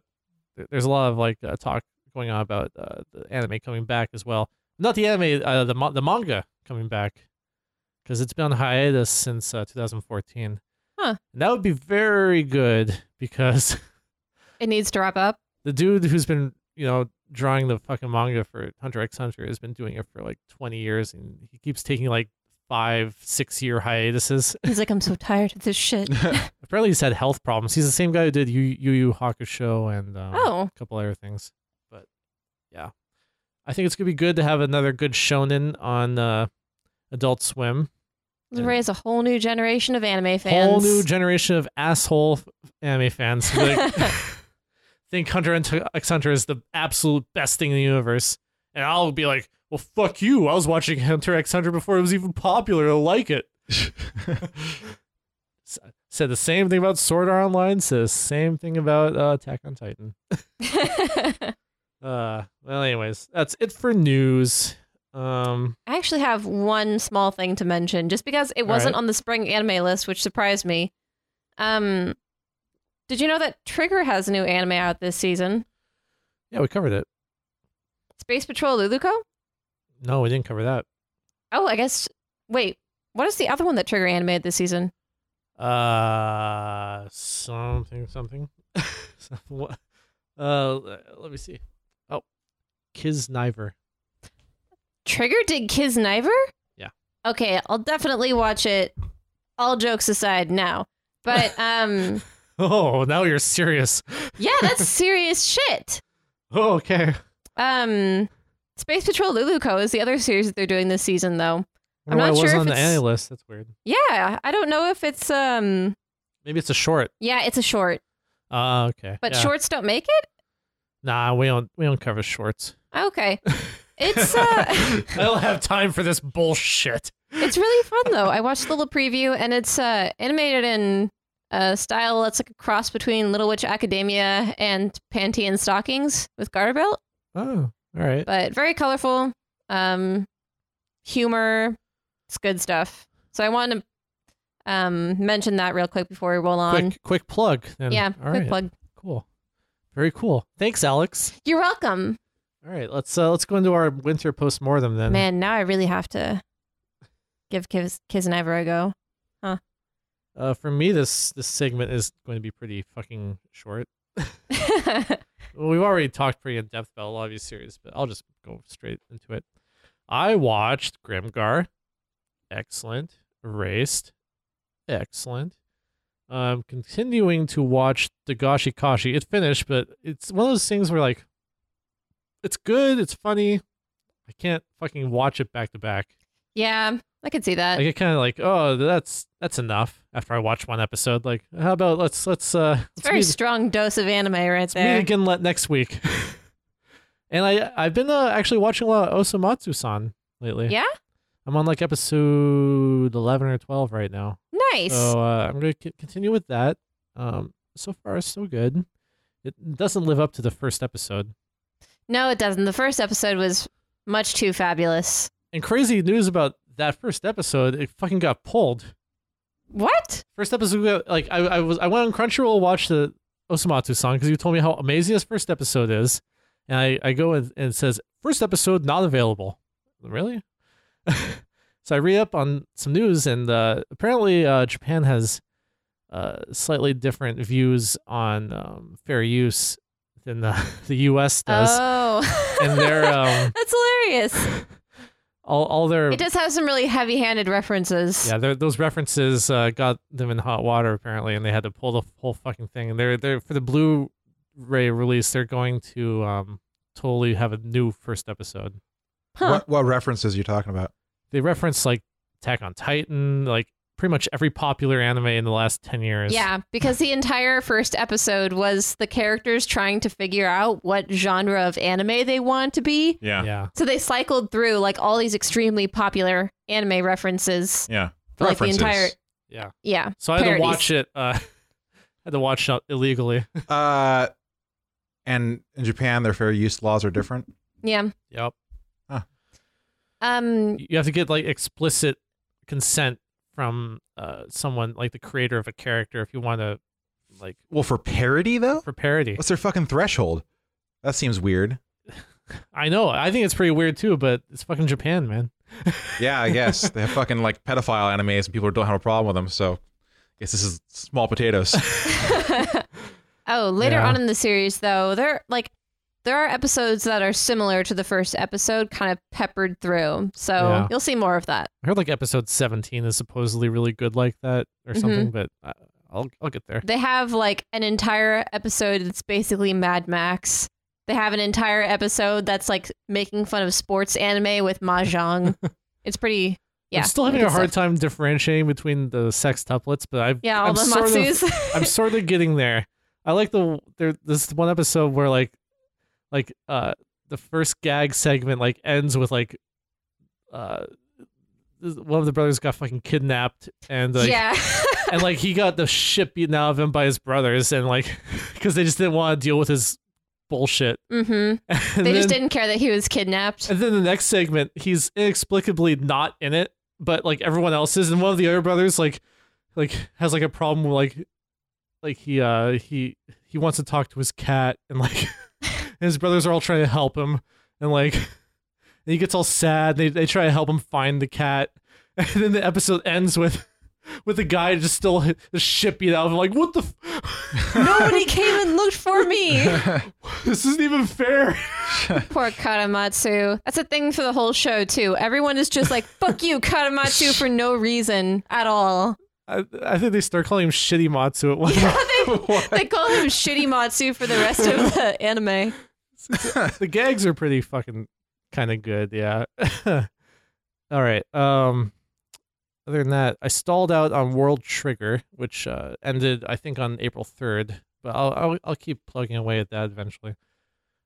[SPEAKER 6] there- there's a lot of like uh, talk going on about uh, the anime coming back as well. Not the anime, uh, the ma- the manga coming back because it's been on hiatus since uh, 2014.
[SPEAKER 7] Huh.
[SPEAKER 6] And that would be very good because (laughs)
[SPEAKER 7] It needs to wrap up.
[SPEAKER 6] the dude who's been you know drawing the fucking manga for Hunter X Hunter has been doing it for like 20 years and he keeps taking like five six year hiatuses
[SPEAKER 7] He's like, I'm so tired of
[SPEAKER 6] (laughs)
[SPEAKER 7] this shit.
[SPEAKER 6] Apparently, he's had health problems. He's the same guy who did Yu Yu, Yu Hakusho and um,
[SPEAKER 7] Oh.
[SPEAKER 6] a couple other things. But yeah, I think it's gonna be good to have another good shonen on uh, Adult Swim.
[SPEAKER 7] Let's raise a whole new generation of anime fans.
[SPEAKER 6] Whole new generation of asshole f- anime fans who like, (laughs) think Hunter and T- X Hunter is the absolute best thing in the universe, and I'll be like, "Well, fuck you! I was watching Hunter X Hunter before it was even popular. I like it." S- Said the same thing about Sword Art Online. Said the same thing about uh, Attack on Titan. Uh, well, anyways, that's it for news. Um,
[SPEAKER 7] I actually have one small thing to mention, just because it wasn't
[SPEAKER 6] right.
[SPEAKER 7] on the spring anime list, which surprised me. Um, did you know that Trigger has a new anime out this season?
[SPEAKER 6] yeah, we covered it.
[SPEAKER 7] Space Patrol Luluko?
[SPEAKER 6] No, we didn't cover that.
[SPEAKER 7] Oh, I guess. Wait, what is the other one that Trigger animated this season?
[SPEAKER 6] Uh, something, something. (laughs) So, what- uh, let me see. Oh, Kisniver.
[SPEAKER 7] Trigger did Kisniver?
[SPEAKER 6] Yeah.
[SPEAKER 7] Okay, I'll definitely watch it. All jokes aside, now.
[SPEAKER 6] (laughs)
[SPEAKER 7] But um,
[SPEAKER 6] (laughs) Oh, now you're serious. (laughs)
[SPEAKER 7] yeah, that's serious shit.
[SPEAKER 6] Oh, okay.
[SPEAKER 7] Um, Space Patrol Luluco is the other series that they're doing this season, though.
[SPEAKER 6] I wonder why
[SPEAKER 7] I'm not
[SPEAKER 6] it wasn't
[SPEAKER 7] sure
[SPEAKER 6] on
[SPEAKER 7] if
[SPEAKER 6] the
[SPEAKER 7] it's-
[SPEAKER 6] anime list. That's weird.
[SPEAKER 7] Yeah, I don't know if it's um.
[SPEAKER 6] Maybe it's a short.
[SPEAKER 7] Yeah, it's a short,
[SPEAKER 6] Uh, okay.
[SPEAKER 7] but
[SPEAKER 6] Yeah.
[SPEAKER 7] shorts don't make it.
[SPEAKER 6] Nah, we don't. We don't cover shorts. (laughs)
[SPEAKER 7] Okay, it's uh,
[SPEAKER 6] I don't have time for this bullshit.
[SPEAKER 7] it's really fun though. I watched the little preview, and it's uh animated in a style that's like a cross between Little Witch Academia and Panty and Stockings with garter belt,
[SPEAKER 6] Oh, all right.
[SPEAKER 7] but very colorful. Um, humor, it's good stuff. So I wanted to um mention that real quick before we roll on.
[SPEAKER 6] quick, quick plug. Then.
[SPEAKER 7] yeah,
[SPEAKER 6] All
[SPEAKER 7] quick
[SPEAKER 6] right.
[SPEAKER 7] plug.
[SPEAKER 6] Cool. Very cool. Thanks, Alex.
[SPEAKER 7] You're welcome.
[SPEAKER 6] All right, let's uh, let's go into our winter postmortem then.
[SPEAKER 7] Man, now I really have to give Kiz, Kiz and Ivor a go. (laughs)
[SPEAKER 6] Uh, for me, this this segment is going to be pretty fucking short. Well, we've already talked pretty in depth about a lot of these series, but I'll just go straight into it. I watched Grimgar, excellent. Erased, excellent. Um, continuing to watch Dagashi Kashi. It finished, but it's one of those things where like, it's good, it's funny. I can't fucking watch it back to back.
[SPEAKER 7] yeah, I could see that.
[SPEAKER 6] I get kind of like, oh, that's that's enough. After I watch one episode, like, how about let's let's uh,
[SPEAKER 7] it's
[SPEAKER 6] let's
[SPEAKER 7] very
[SPEAKER 6] meet-
[SPEAKER 7] strong dose of anime right
[SPEAKER 6] meet
[SPEAKER 7] there.
[SPEAKER 6] again le- next week. (laughs) and I I've been uh, actually watching a lot of Osomatsu-san lately.
[SPEAKER 7] Yeah?
[SPEAKER 6] I'm on like episode eleven or twelve right now.
[SPEAKER 7] Nice.
[SPEAKER 6] So uh, I'm gonna c- continue with that. Um, so far so good. It doesn't live up to the first episode.
[SPEAKER 7] No, it doesn't. The first episode was much too fabulous.
[SPEAKER 6] And crazy news about that first episode, it fucking got pulled.
[SPEAKER 7] What?
[SPEAKER 6] First episode, got- like I, I was, I went on Crunchyroll to watch the Osamatsu song because you told me how amazing this first episode is, and I, I go and, and it says first episode not available. Really? (laughs) so I read up on some news, and uh, apparently uh, Japan has uh, slightly different views on um, fair use than the, (laughs) the U.S. does,
[SPEAKER 7] Oh.
[SPEAKER 6] (laughs) and
[SPEAKER 7] (laughs)
[SPEAKER 6] their um,
[SPEAKER 7] That's hilarious.
[SPEAKER 6] all all their
[SPEAKER 7] (laughs) It does have some really heavy-handed (laughs) references.
[SPEAKER 6] Yeah, they're- those references uh, got them in hot water apparently, and they had to pull the whole fucking thing. And they're they're for the Blu-ray release, they're going to um, totally have a new first episode.
[SPEAKER 7] Huh.
[SPEAKER 8] What, what references are you talking about?
[SPEAKER 6] They reference like Attack on Titan, like pretty much every popular anime in the last ten years.
[SPEAKER 7] Yeah, because the entire first episode was the characters trying to figure out what genre of anime they want to be.
[SPEAKER 6] yeah.
[SPEAKER 2] Yeah.
[SPEAKER 7] So they cycled through like all these extremely popular anime references.
[SPEAKER 2] Yeah.
[SPEAKER 7] Like the entire
[SPEAKER 6] Yeah.
[SPEAKER 7] yeah.
[SPEAKER 6] So I had
[SPEAKER 7] parodies.
[SPEAKER 6] to watch it. Uh, (laughs) had to watch it illegally.
[SPEAKER 8] (laughs)
[SPEAKER 6] (laughs)
[SPEAKER 8] Uh, and in Japan, their fair use laws are different.
[SPEAKER 7] Yeah.
[SPEAKER 6] yep.
[SPEAKER 7] Um.
[SPEAKER 6] You have to get like explicit consent from uh, someone like the creator of a character if you want to like
[SPEAKER 8] Well, for parody though,
[SPEAKER 6] for parody.
[SPEAKER 8] what's their fucking threshold? That
[SPEAKER 7] (laughs)
[SPEAKER 8] seems weird.
[SPEAKER 6] I know. I think it's pretty weird too, but it's fucking Japan, man.
[SPEAKER 8] Yeah, I guess they have fucking like pedophile animes, and people don't have a problem with them. So, I guess this is small potatoes.
[SPEAKER 7] Oh, later
[SPEAKER 6] Yeah.
[SPEAKER 7] on in the series, though, there like there are episodes that are similar to the first episode, kind of peppered through. So
[SPEAKER 6] Yeah.
[SPEAKER 7] you'll see more of that.
[SPEAKER 6] I heard like episode 17 is supposedly really good like that or
[SPEAKER 7] Mm-hmm.
[SPEAKER 6] something, but uh, I'll I'll get there.
[SPEAKER 7] They have like an entire episode that's basically Mad Max. They have an entire episode that's like making fun of sports anime with
[SPEAKER 6] (laughs)
[SPEAKER 7] mahjong. it's pretty. Yeah,
[SPEAKER 6] I'm still having
[SPEAKER 7] good
[SPEAKER 6] a hard
[SPEAKER 7] stuff.
[SPEAKER 6] time differentiating between the sextuplets, but I've
[SPEAKER 7] Yeah, all
[SPEAKER 6] I'm
[SPEAKER 7] the
[SPEAKER 6] sort of- (laughs)
[SPEAKER 7] matsus. (laughs)
[SPEAKER 6] I'm sort of getting there. I like the there. This one episode where like, like uh, the first gag segment like ends with like, uh, this- one of the brothers got fucking kidnapped and like
[SPEAKER 7] yeah,
[SPEAKER 6] and like he got the shit beaten out of him by his brothers and like (laughs) because they just didn't want to deal with his bullshit (laughs)
[SPEAKER 7] hmm
[SPEAKER 6] and
[SPEAKER 7] they just
[SPEAKER 6] then-
[SPEAKER 7] didn't care that he was kidnapped.
[SPEAKER 6] and then the next segment he's inexplicably not in it but like everyone else is and one of the other brothers like like has like a problem with like like he uh he he wants to talk to his cat and like (laughs) and his brothers are all trying to help him and like (laughs) and he gets all sad they, they try to help him find the cat (laughs) and then the episode ends with (laughs) with the guy just still hit the shit beat out of him like what the f- (laughs)
[SPEAKER 7] (laughs) Nobody came and looked for me.
[SPEAKER 6] this isn't even fair (laughs)
[SPEAKER 7] Poor Katamatsu. That's a thing for the whole show too. Everyone is just like, "Fuck you, Katamatsu," for no reason at all.
[SPEAKER 6] I, I think they start calling him shitty matsu at one point (laughs)
[SPEAKER 7] They call him Shitty Matsu for the rest of the anime.
[SPEAKER 6] (laughs) the gags are pretty fucking kind of good. Yeah. (laughs) All right. Um. Other than that, I stalled out on World Trigger, which uh, ended I think on April third. But I'll, I'll I'll keep plugging away at that eventually.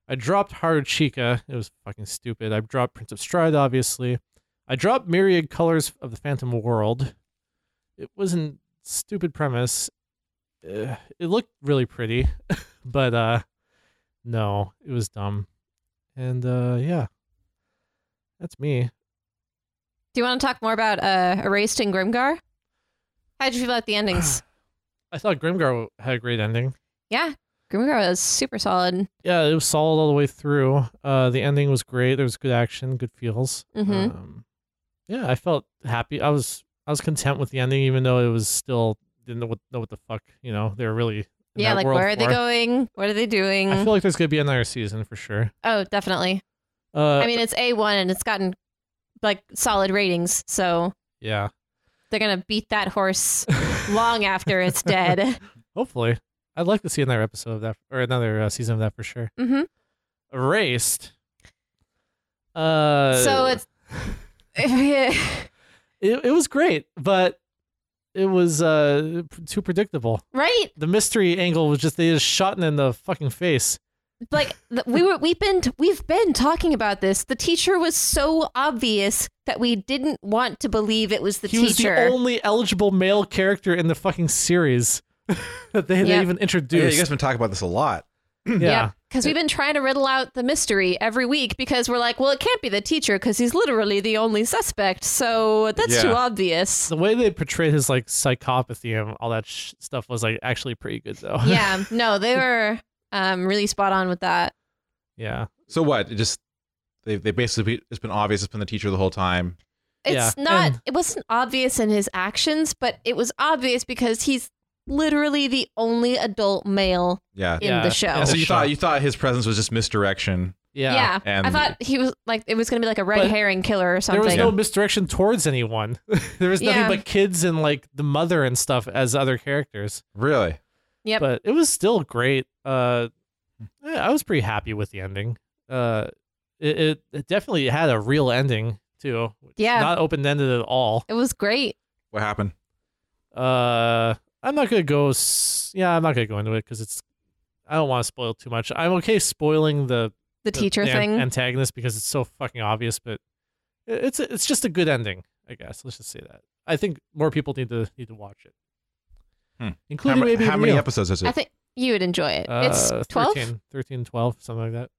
[SPEAKER 6] I dropped Haruchika. It was fucking stupid. I dropped Prince of Stride, obviously. I dropped Myriad Colors of the Phantom World. It wasn't stupid premise. Uh, it looked really pretty, (laughs) but uh, no, it was dumb. And uh yeah. That's me.
[SPEAKER 7] Do you want to talk more about uh, Erased and Grimgar? How'd you feel about
[SPEAKER 6] (sighs)
[SPEAKER 7] the endings?
[SPEAKER 6] I thought Grimgar had a great ending.
[SPEAKER 7] yeah, Grimgar was super solid.
[SPEAKER 6] Yeah, it was solid all the way through. Uh the ending was great. There was good action, good feels.
[SPEAKER 7] Mhm.
[SPEAKER 6] Um, yeah, I felt happy. I was I was content with the ending even though it was still didn't know what know what the fuck, you know. They were really in
[SPEAKER 7] Yeah,
[SPEAKER 6] that
[SPEAKER 7] like
[SPEAKER 6] world
[SPEAKER 7] where are they
[SPEAKER 6] for.
[SPEAKER 7] going? What are they doing?
[SPEAKER 6] I feel like there's going to be another season for sure.
[SPEAKER 7] oh, definitely.
[SPEAKER 6] Uh
[SPEAKER 7] I mean, it's A one and it's gotten like solid ratings, so
[SPEAKER 6] yeah.
[SPEAKER 7] they're gonna beat
[SPEAKER 6] (laughs)
[SPEAKER 7] that horse long after it's dead.
[SPEAKER 6] Hopefully. I'd like to see another episode of that or another uh, season of that for sure.
[SPEAKER 7] hmm
[SPEAKER 6] Erased. Uh
[SPEAKER 7] so it's
[SPEAKER 6] it, it was great, but it was uh p- too predictable.
[SPEAKER 7] (laughs) right.
[SPEAKER 6] The mystery angle was just they just shot it in the fucking face.
[SPEAKER 7] like th- we were we've been we've been talking about this the teacher was so obvious that we didn't want to believe it was the
[SPEAKER 6] he was the
[SPEAKER 7] teacher
[SPEAKER 6] only eligible male character in the fucking series (laughs) that they, they even
[SPEAKER 7] Yeah.
[SPEAKER 8] Oh, yeah, you
[SPEAKER 6] introduced.
[SPEAKER 8] guys have been talking about this a lot.
[SPEAKER 6] Yeah.
[SPEAKER 7] Yeah. Because we've been trying to riddle out the mystery every week because we're like, well, it can't be the teacher because he's literally the only suspect. So that's
[SPEAKER 8] Yeah.
[SPEAKER 7] too
[SPEAKER 6] (laughs)
[SPEAKER 7] obvious.
[SPEAKER 6] The way they portrayed his like psychopathy and all that sh- stuff was like actually pretty good though.
[SPEAKER 7] yeah. No, they were um, really spot on with that.
[SPEAKER 6] (laughs) yeah.
[SPEAKER 8] So what? It just they they basically it's been obvious it's been the teacher the whole time.
[SPEAKER 7] It's
[SPEAKER 6] Yeah,
[SPEAKER 7] not,
[SPEAKER 6] and-
[SPEAKER 7] it wasn't obvious in his actions, but it was obvious because he's literally the only adult male
[SPEAKER 8] Yeah.
[SPEAKER 7] in
[SPEAKER 6] Yeah.
[SPEAKER 7] the show.
[SPEAKER 6] Yeah,
[SPEAKER 8] And so
[SPEAKER 6] Oh,
[SPEAKER 8] you
[SPEAKER 6] sure.
[SPEAKER 8] thought you thought his presence was just misdirection.
[SPEAKER 6] Yeah.
[SPEAKER 7] Yeah.
[SPEAKER 8] And-
[SPEAKER 7] I thought he was like, it was going to be like a red
[SPEAKER 6] But
[SPEAKER 7] herring killer or
[SPEAKER 6] There
[SPEAKER 7] something.
[SPEAKER 6] was no misdirection towards anyone. (laughs) there was nothing
[SPEAKER 7] Yeah.
[SPEAKER 6] but kids and like the mother and stuff as other characters.
[SPEAKER 8] Really?
[SPEAKER 7] Yep.
[SPEAKER 6] But it was still great. Uh,
[SPEAKER 8] Hmm.
[SPEAKER 6] eh, I was pretty happy with the ending. Uh, it, it, it definitely had a real ending too.
[SPEAKER 7] Yeah.
[SPEAKER 6] Not open ended at all.
[SPEAKER 7] it was great.
[SPEAKER 8] What happened?
[SPEAKER 6] Uh, I'm not gonna go. S- yeah, I'm not gonna go into it because it's. I don't want to spoil too much. I'm okay spoiling the
[SPEAKER 7] The teacher
[SPEAKER 6] an-
[SPEAKER 7] thing.
[SPEAKER 6] antagonist because it's so fucking obvious, but it- it's it's just a good ending, I guess. Let's just say that. I think more people need to need to watch it,
[SPEAKER 8] Hmm. How,
[SPEAKER 6] including
[SPEAKER 8] ma-
[SPEAKER 6] maybe
[SPEAKER 8] how many
[SPEAKER 6] Emil.
[SPEAKER 8] episodes is it?
[SPEAKER 7] I think you would enjoy it.
[SPEAKER 6] Uh,
[SPEAKER 7] it's 12?
[SPEAKER 6] 13, 13, 12, something like that.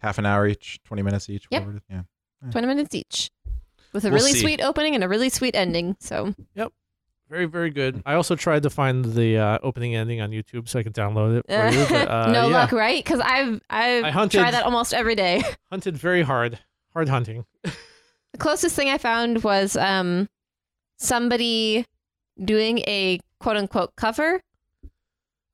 [SPEAKER 8] Half an hour each, twenty minutes each.
[SPEAKER 7] Yep.
[SPEAKER 8] Whatever it is. Yeah.
[SPEAKER 7] 20 minutes each with a
[SPEAKER 8] We'll
[SPEAKER 7] really
[SPEAKER 8] see.
[SPEAKER 7] sweet opening and a really sweet ending. So,
[SPEAKER 6] Very very good. I also tried to find the uh, opening ending on YouTube so I could download it for you.
[SPEAKER 7] (laughs)
[SPEAKER 6] But, uh,
[SPEAKER 7] no
[SPEAKER 6] yeah,
[SPEAKER 7] luck, right? Because I've, I've
[SPEAKER 6] I hunted-
[SPEAKER 7] tried that almost every day.
[SPEAKER 6] Hunted very hard, hard hunting.
[SPEAKER 7] the closest thing I found was um, somebody doing a quote unquote cover.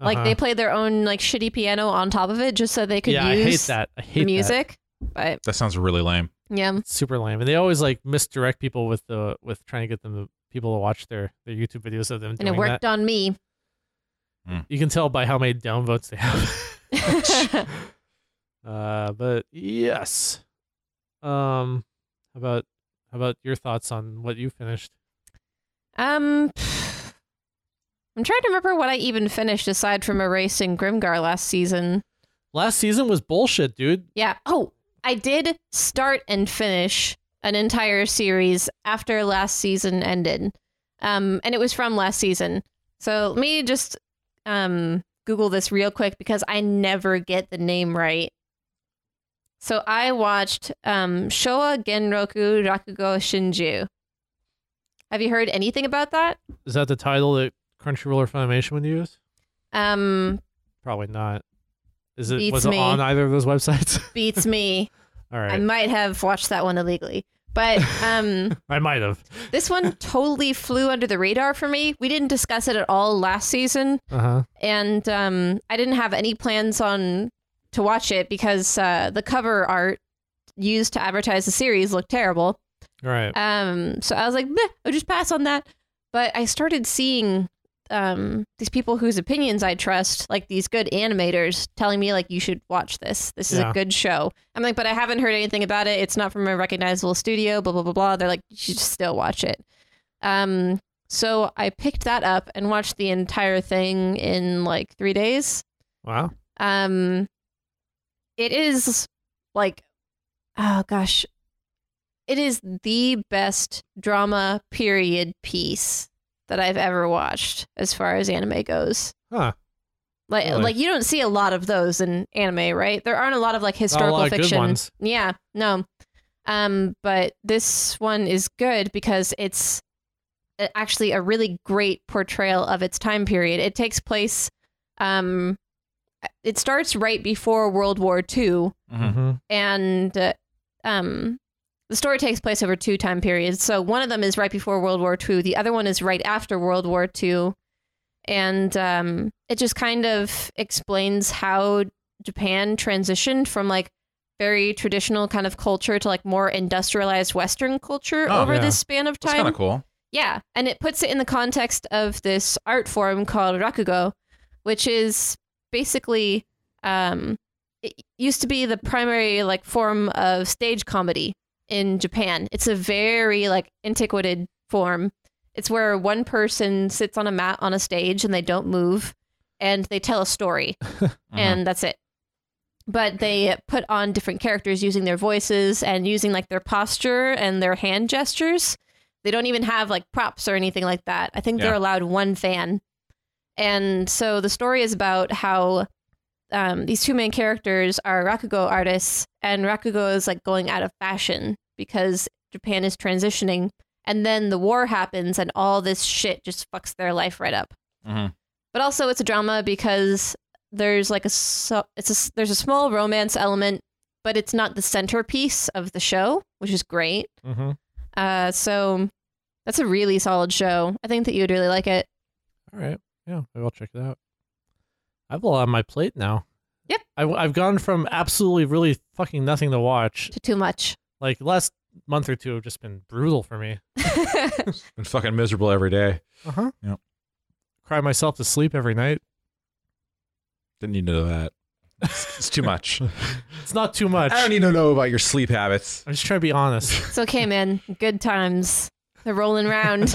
[SPEAKER 7] Like
[SPEAKER 6] Uh-huh.
[SPEAKER 7] they played their own like shitty piano on top of it just so they could
[SPEAKER 6] yeah, I hate
[SPEAKER 7] use
[SPEAKER 6] that. I hate
[SPEAKER 7] the
[SPEAKER 6] that.
[SPEAKER 7] music.
[SPEAKER 8] That sounds really lame.
[SPEAKER 7] But yeah,
[SPEAKER 6] super lame and they always like misdirect people with the with trying to get them to, people to watch their their youtube videos of them
[SPEAKER 7] and
[SPEAKER 6] doing
[SPEAKER 7] it worked
[SPEAKER 6] that.
[SPEAKER 7] on me. (laughs)
[SPEAKER 6] you can tell by how many downvotes they have (laughs) uh but yes um how about how about your thoughts on what you finished
[SPEAKER 7] Um, I'm trying to remember what I even finished aside from erasing Grimgar last season.
[SPEAKER 6] last season was bullshit dude
[SPEAKER 7] Yeah. Oh, I did start and finish an entire series after last season ended. Um, and it was from last season. So let me just um, Google this real quick because I never get the name right. So I watched um, Showa Genroku Rakugo Shinju. Have you heard anything about that?
[SPEAKER 6] is that the title that crunchyroll or funimation would use
[SPEAKER 7] Um,
[SPEAKER 6] probably not is it
[SPEAKER 7] Beats
[SPEAKER 6] was it
[SPEAKER 7] me.
[SPEAKER 6] on either of those websites (laughs)
[SPEAKER 7] beats me.
[SPEAKER 6] all right
[SPEAKER 7] I might have watched that one illegally, but um.
[SPEAKER 6] i might have
[SPEAKER 7] This one totally flew under the radar for me. We didn't discuss it at all last season,
[SPEAKER 6] uh-huh
[SPEAKER 7] and um, I didn't have any plans on to watch it because uh, the cover art used to advertise the series looked terrible.
[SPEAKER 6] all right
[SPEAKER 7] Um, so I was like, "Meh, I'll just pass on that. But I started seeing um, these people whose opinions I trust, like these good animators, telling me like you should watch this. This is
[SPEAKER 6] Yeah.
[SPEAKER 7] a good show. I'm like, but I haven't heard anything about it. It's not from a recognizable studio. Blah blah blah blah. They're like, you should still watch it. Um, so I picked that up and watched the entire thing in like three days.
[SPEAKER 6] wow
[SPEAKER 7] Um, it is like, oh gosh, it is the best drama period piece that I've ever watched as far as anime goes.
[SPEAKER 6] Huh.
[SPEAKER 7] Like,
[SPEAKER 6] Really?
[SPEAKER 7] like you don't see a lot of those in anime, right? There aren't a lot of like historical
[SPEAKER 6] lot of good
[SPEAKER 7] fiction.
[SPEAKER 6] ones.
[SPEAKER 7] Yeah, no. Um, but this one is good because it's a- actually a really great portrayal of its time period. It takes place um it starts right before World War II,
[SPEAKER 6] mm-hmm.
[SPEAKER 7] and uh, um, the story takes place over two time periods. So one of them is right before World War II, the other one is right after World War II, and um, it just kind of explains how Japan transitioned from like very traditional kind of culture to like more industrialized Western culture
[SPEAKER 8] Oh,
[SPEAKER 7] over
[SPEAKER 6] yeah.
[SPEAKER 7] this span of
[SPEAKER 8] That's
[SPEAKER 7] time.
[SPEAKER 8] kind of cool.
[SPEAKER 7] Yeah, and it puts it in the context of this art form called rakugo, which is basically um, it used to be the primary like form of stage comedy in Japan. It's a very like antiquated form. It's where one person sits on a mat on a stage and they don't move, and they tell a story, and that's it. But they put on different characters using their voices and using like their posture and their hand gestures they don't even have like props or anything like that. I think
[SPEAKER 8] Yeah.
[SPEAKER 7] they're allowed one fan. And so the story is about how um, these two main characters are Rakugo artists, and Rakugo is like going out of fashion because Japan is transitioning. And then the war happens, and all this shit just fucks their life right up.
[SPEAKER 8] Mhm.
[SPEAKER 7] But also, it's a drama because there's like a so, it's a s- there's a small romance element, but it's not the centerpiece of the show, which is great.
[SPEAKER 6] Mm-hmm.
[SPEAKER 7] Uh, so that's a really solid show. I think that you would really like it.
[SPEAKER 6] All right. Yeah, maybe I'll check it out. I have a lot on my plate now.
[SPEAKER 7] Yep.
[SPEAKER 6] I, I've gone from absolutely really fucking nothing to watch.
[SPEAKER 7] To too much.
[SPEAKER 6] Like last month or two have just been brutal for me.
[SPEAKER 8] Been fucking miserable every day.
[SPEAKER 6] Uh huh.
[SPEAKER 8] Yep.
[SPEAKER 6] Cry myself to sleep every night.
[SPEAKER 8] Didn't need to know that. It's, it's too much.
[SPEAKER 6] (laughs) It's not too much.
[SPEAKER 8] I don't e- need to know about your sleep habits.
[SPEAKER 6] I'm just trying to be honest.
[SPEAKER 7] it's okay, man. Good times. They're
[SPEAKER 6] (laughs)
[SPEAKER 7] rolling round.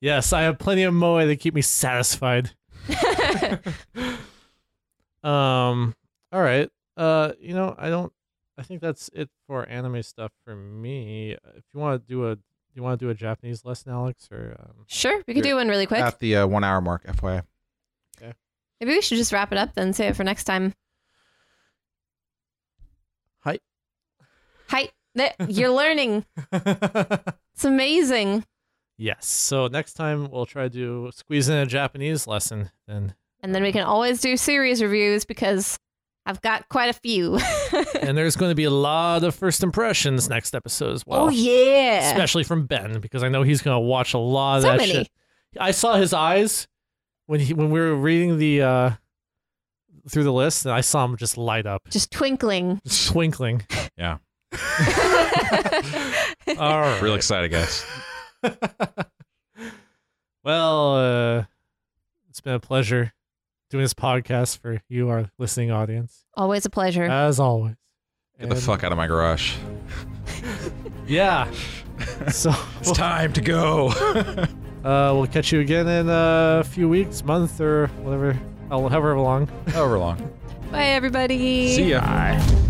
[SPEAKER 6] yes, I have plenty of moe that keep me (laughs) satisfied. Um. All right. Uh. You know, I don't. I think that's it for anime stuff for me. If you want to do a, do you want to do a Japanese lesson, Alex, or um,
[SPEAKER 7] sure, we could do one really quick.
[SPEAKER 8] At the uh, one hour mark, FYI.
[SPEAKER 7] Maybe we should just wrap it up then, save it for next time.
[SPEAKER 6] Hi.
[SPEAKER 7] Hi. There-
[SPEAKER 6] (laughs)
[SPEAKER 7] You're learning. It's amazing.
[SPEAKER 6] yes. So next time we'll try to squeeze in a Japanese lesson. (laughs) Then
[SPEAKER 7] And then we can always do series reviews because I've got quite a few. (laughs)
[SPEAKER 6] and there's going to be a lot of first impressions next episode as well.
[SPEAKER 7] oh yeah.
[SPEAKER 6] Especially from Ben because I know he's going to watch a lot of
[SPEAKER 7] So
[SPEAKER 6] that
[SPEAKER 7] many.
[SPEAKER 6] shit. I saw his eyes when he when we were reading the uh through the list, and I saw him just light up.
[SPEAKER 8] (laughs)
[SPEAKER 7] Just twinkling.
[SPEAKER 6] twinkling.
[SPEAKER 8] Yeah.
[SPEAKER 6] All right.
[SPEAKER 8] Real excited, guys.
[SPEAKER 6] well, uh, it's been a pleasure doing this podcast for you, our listening audience,
[SPEAKER 7] Always a pleasure.
[SPEAKER 6] as always.
[SPEAKER 8] Get the
[SPEAKER 6] And-
[SPEAKER 8] fuck out of my garage. (laughs)
[SPEAKER 6] Yeah. so
[SPEAKER 8] It's time to go.
[SPEAKER 6] uh, we'll catch you again in a few weeks, month, or whatever, however long.
[SPEAKER 8] (laughs) However long.
[SPEAKER 7] Bye everybody.
[SPEAKER 8] See ya.
[SPEAKER 6] Bye.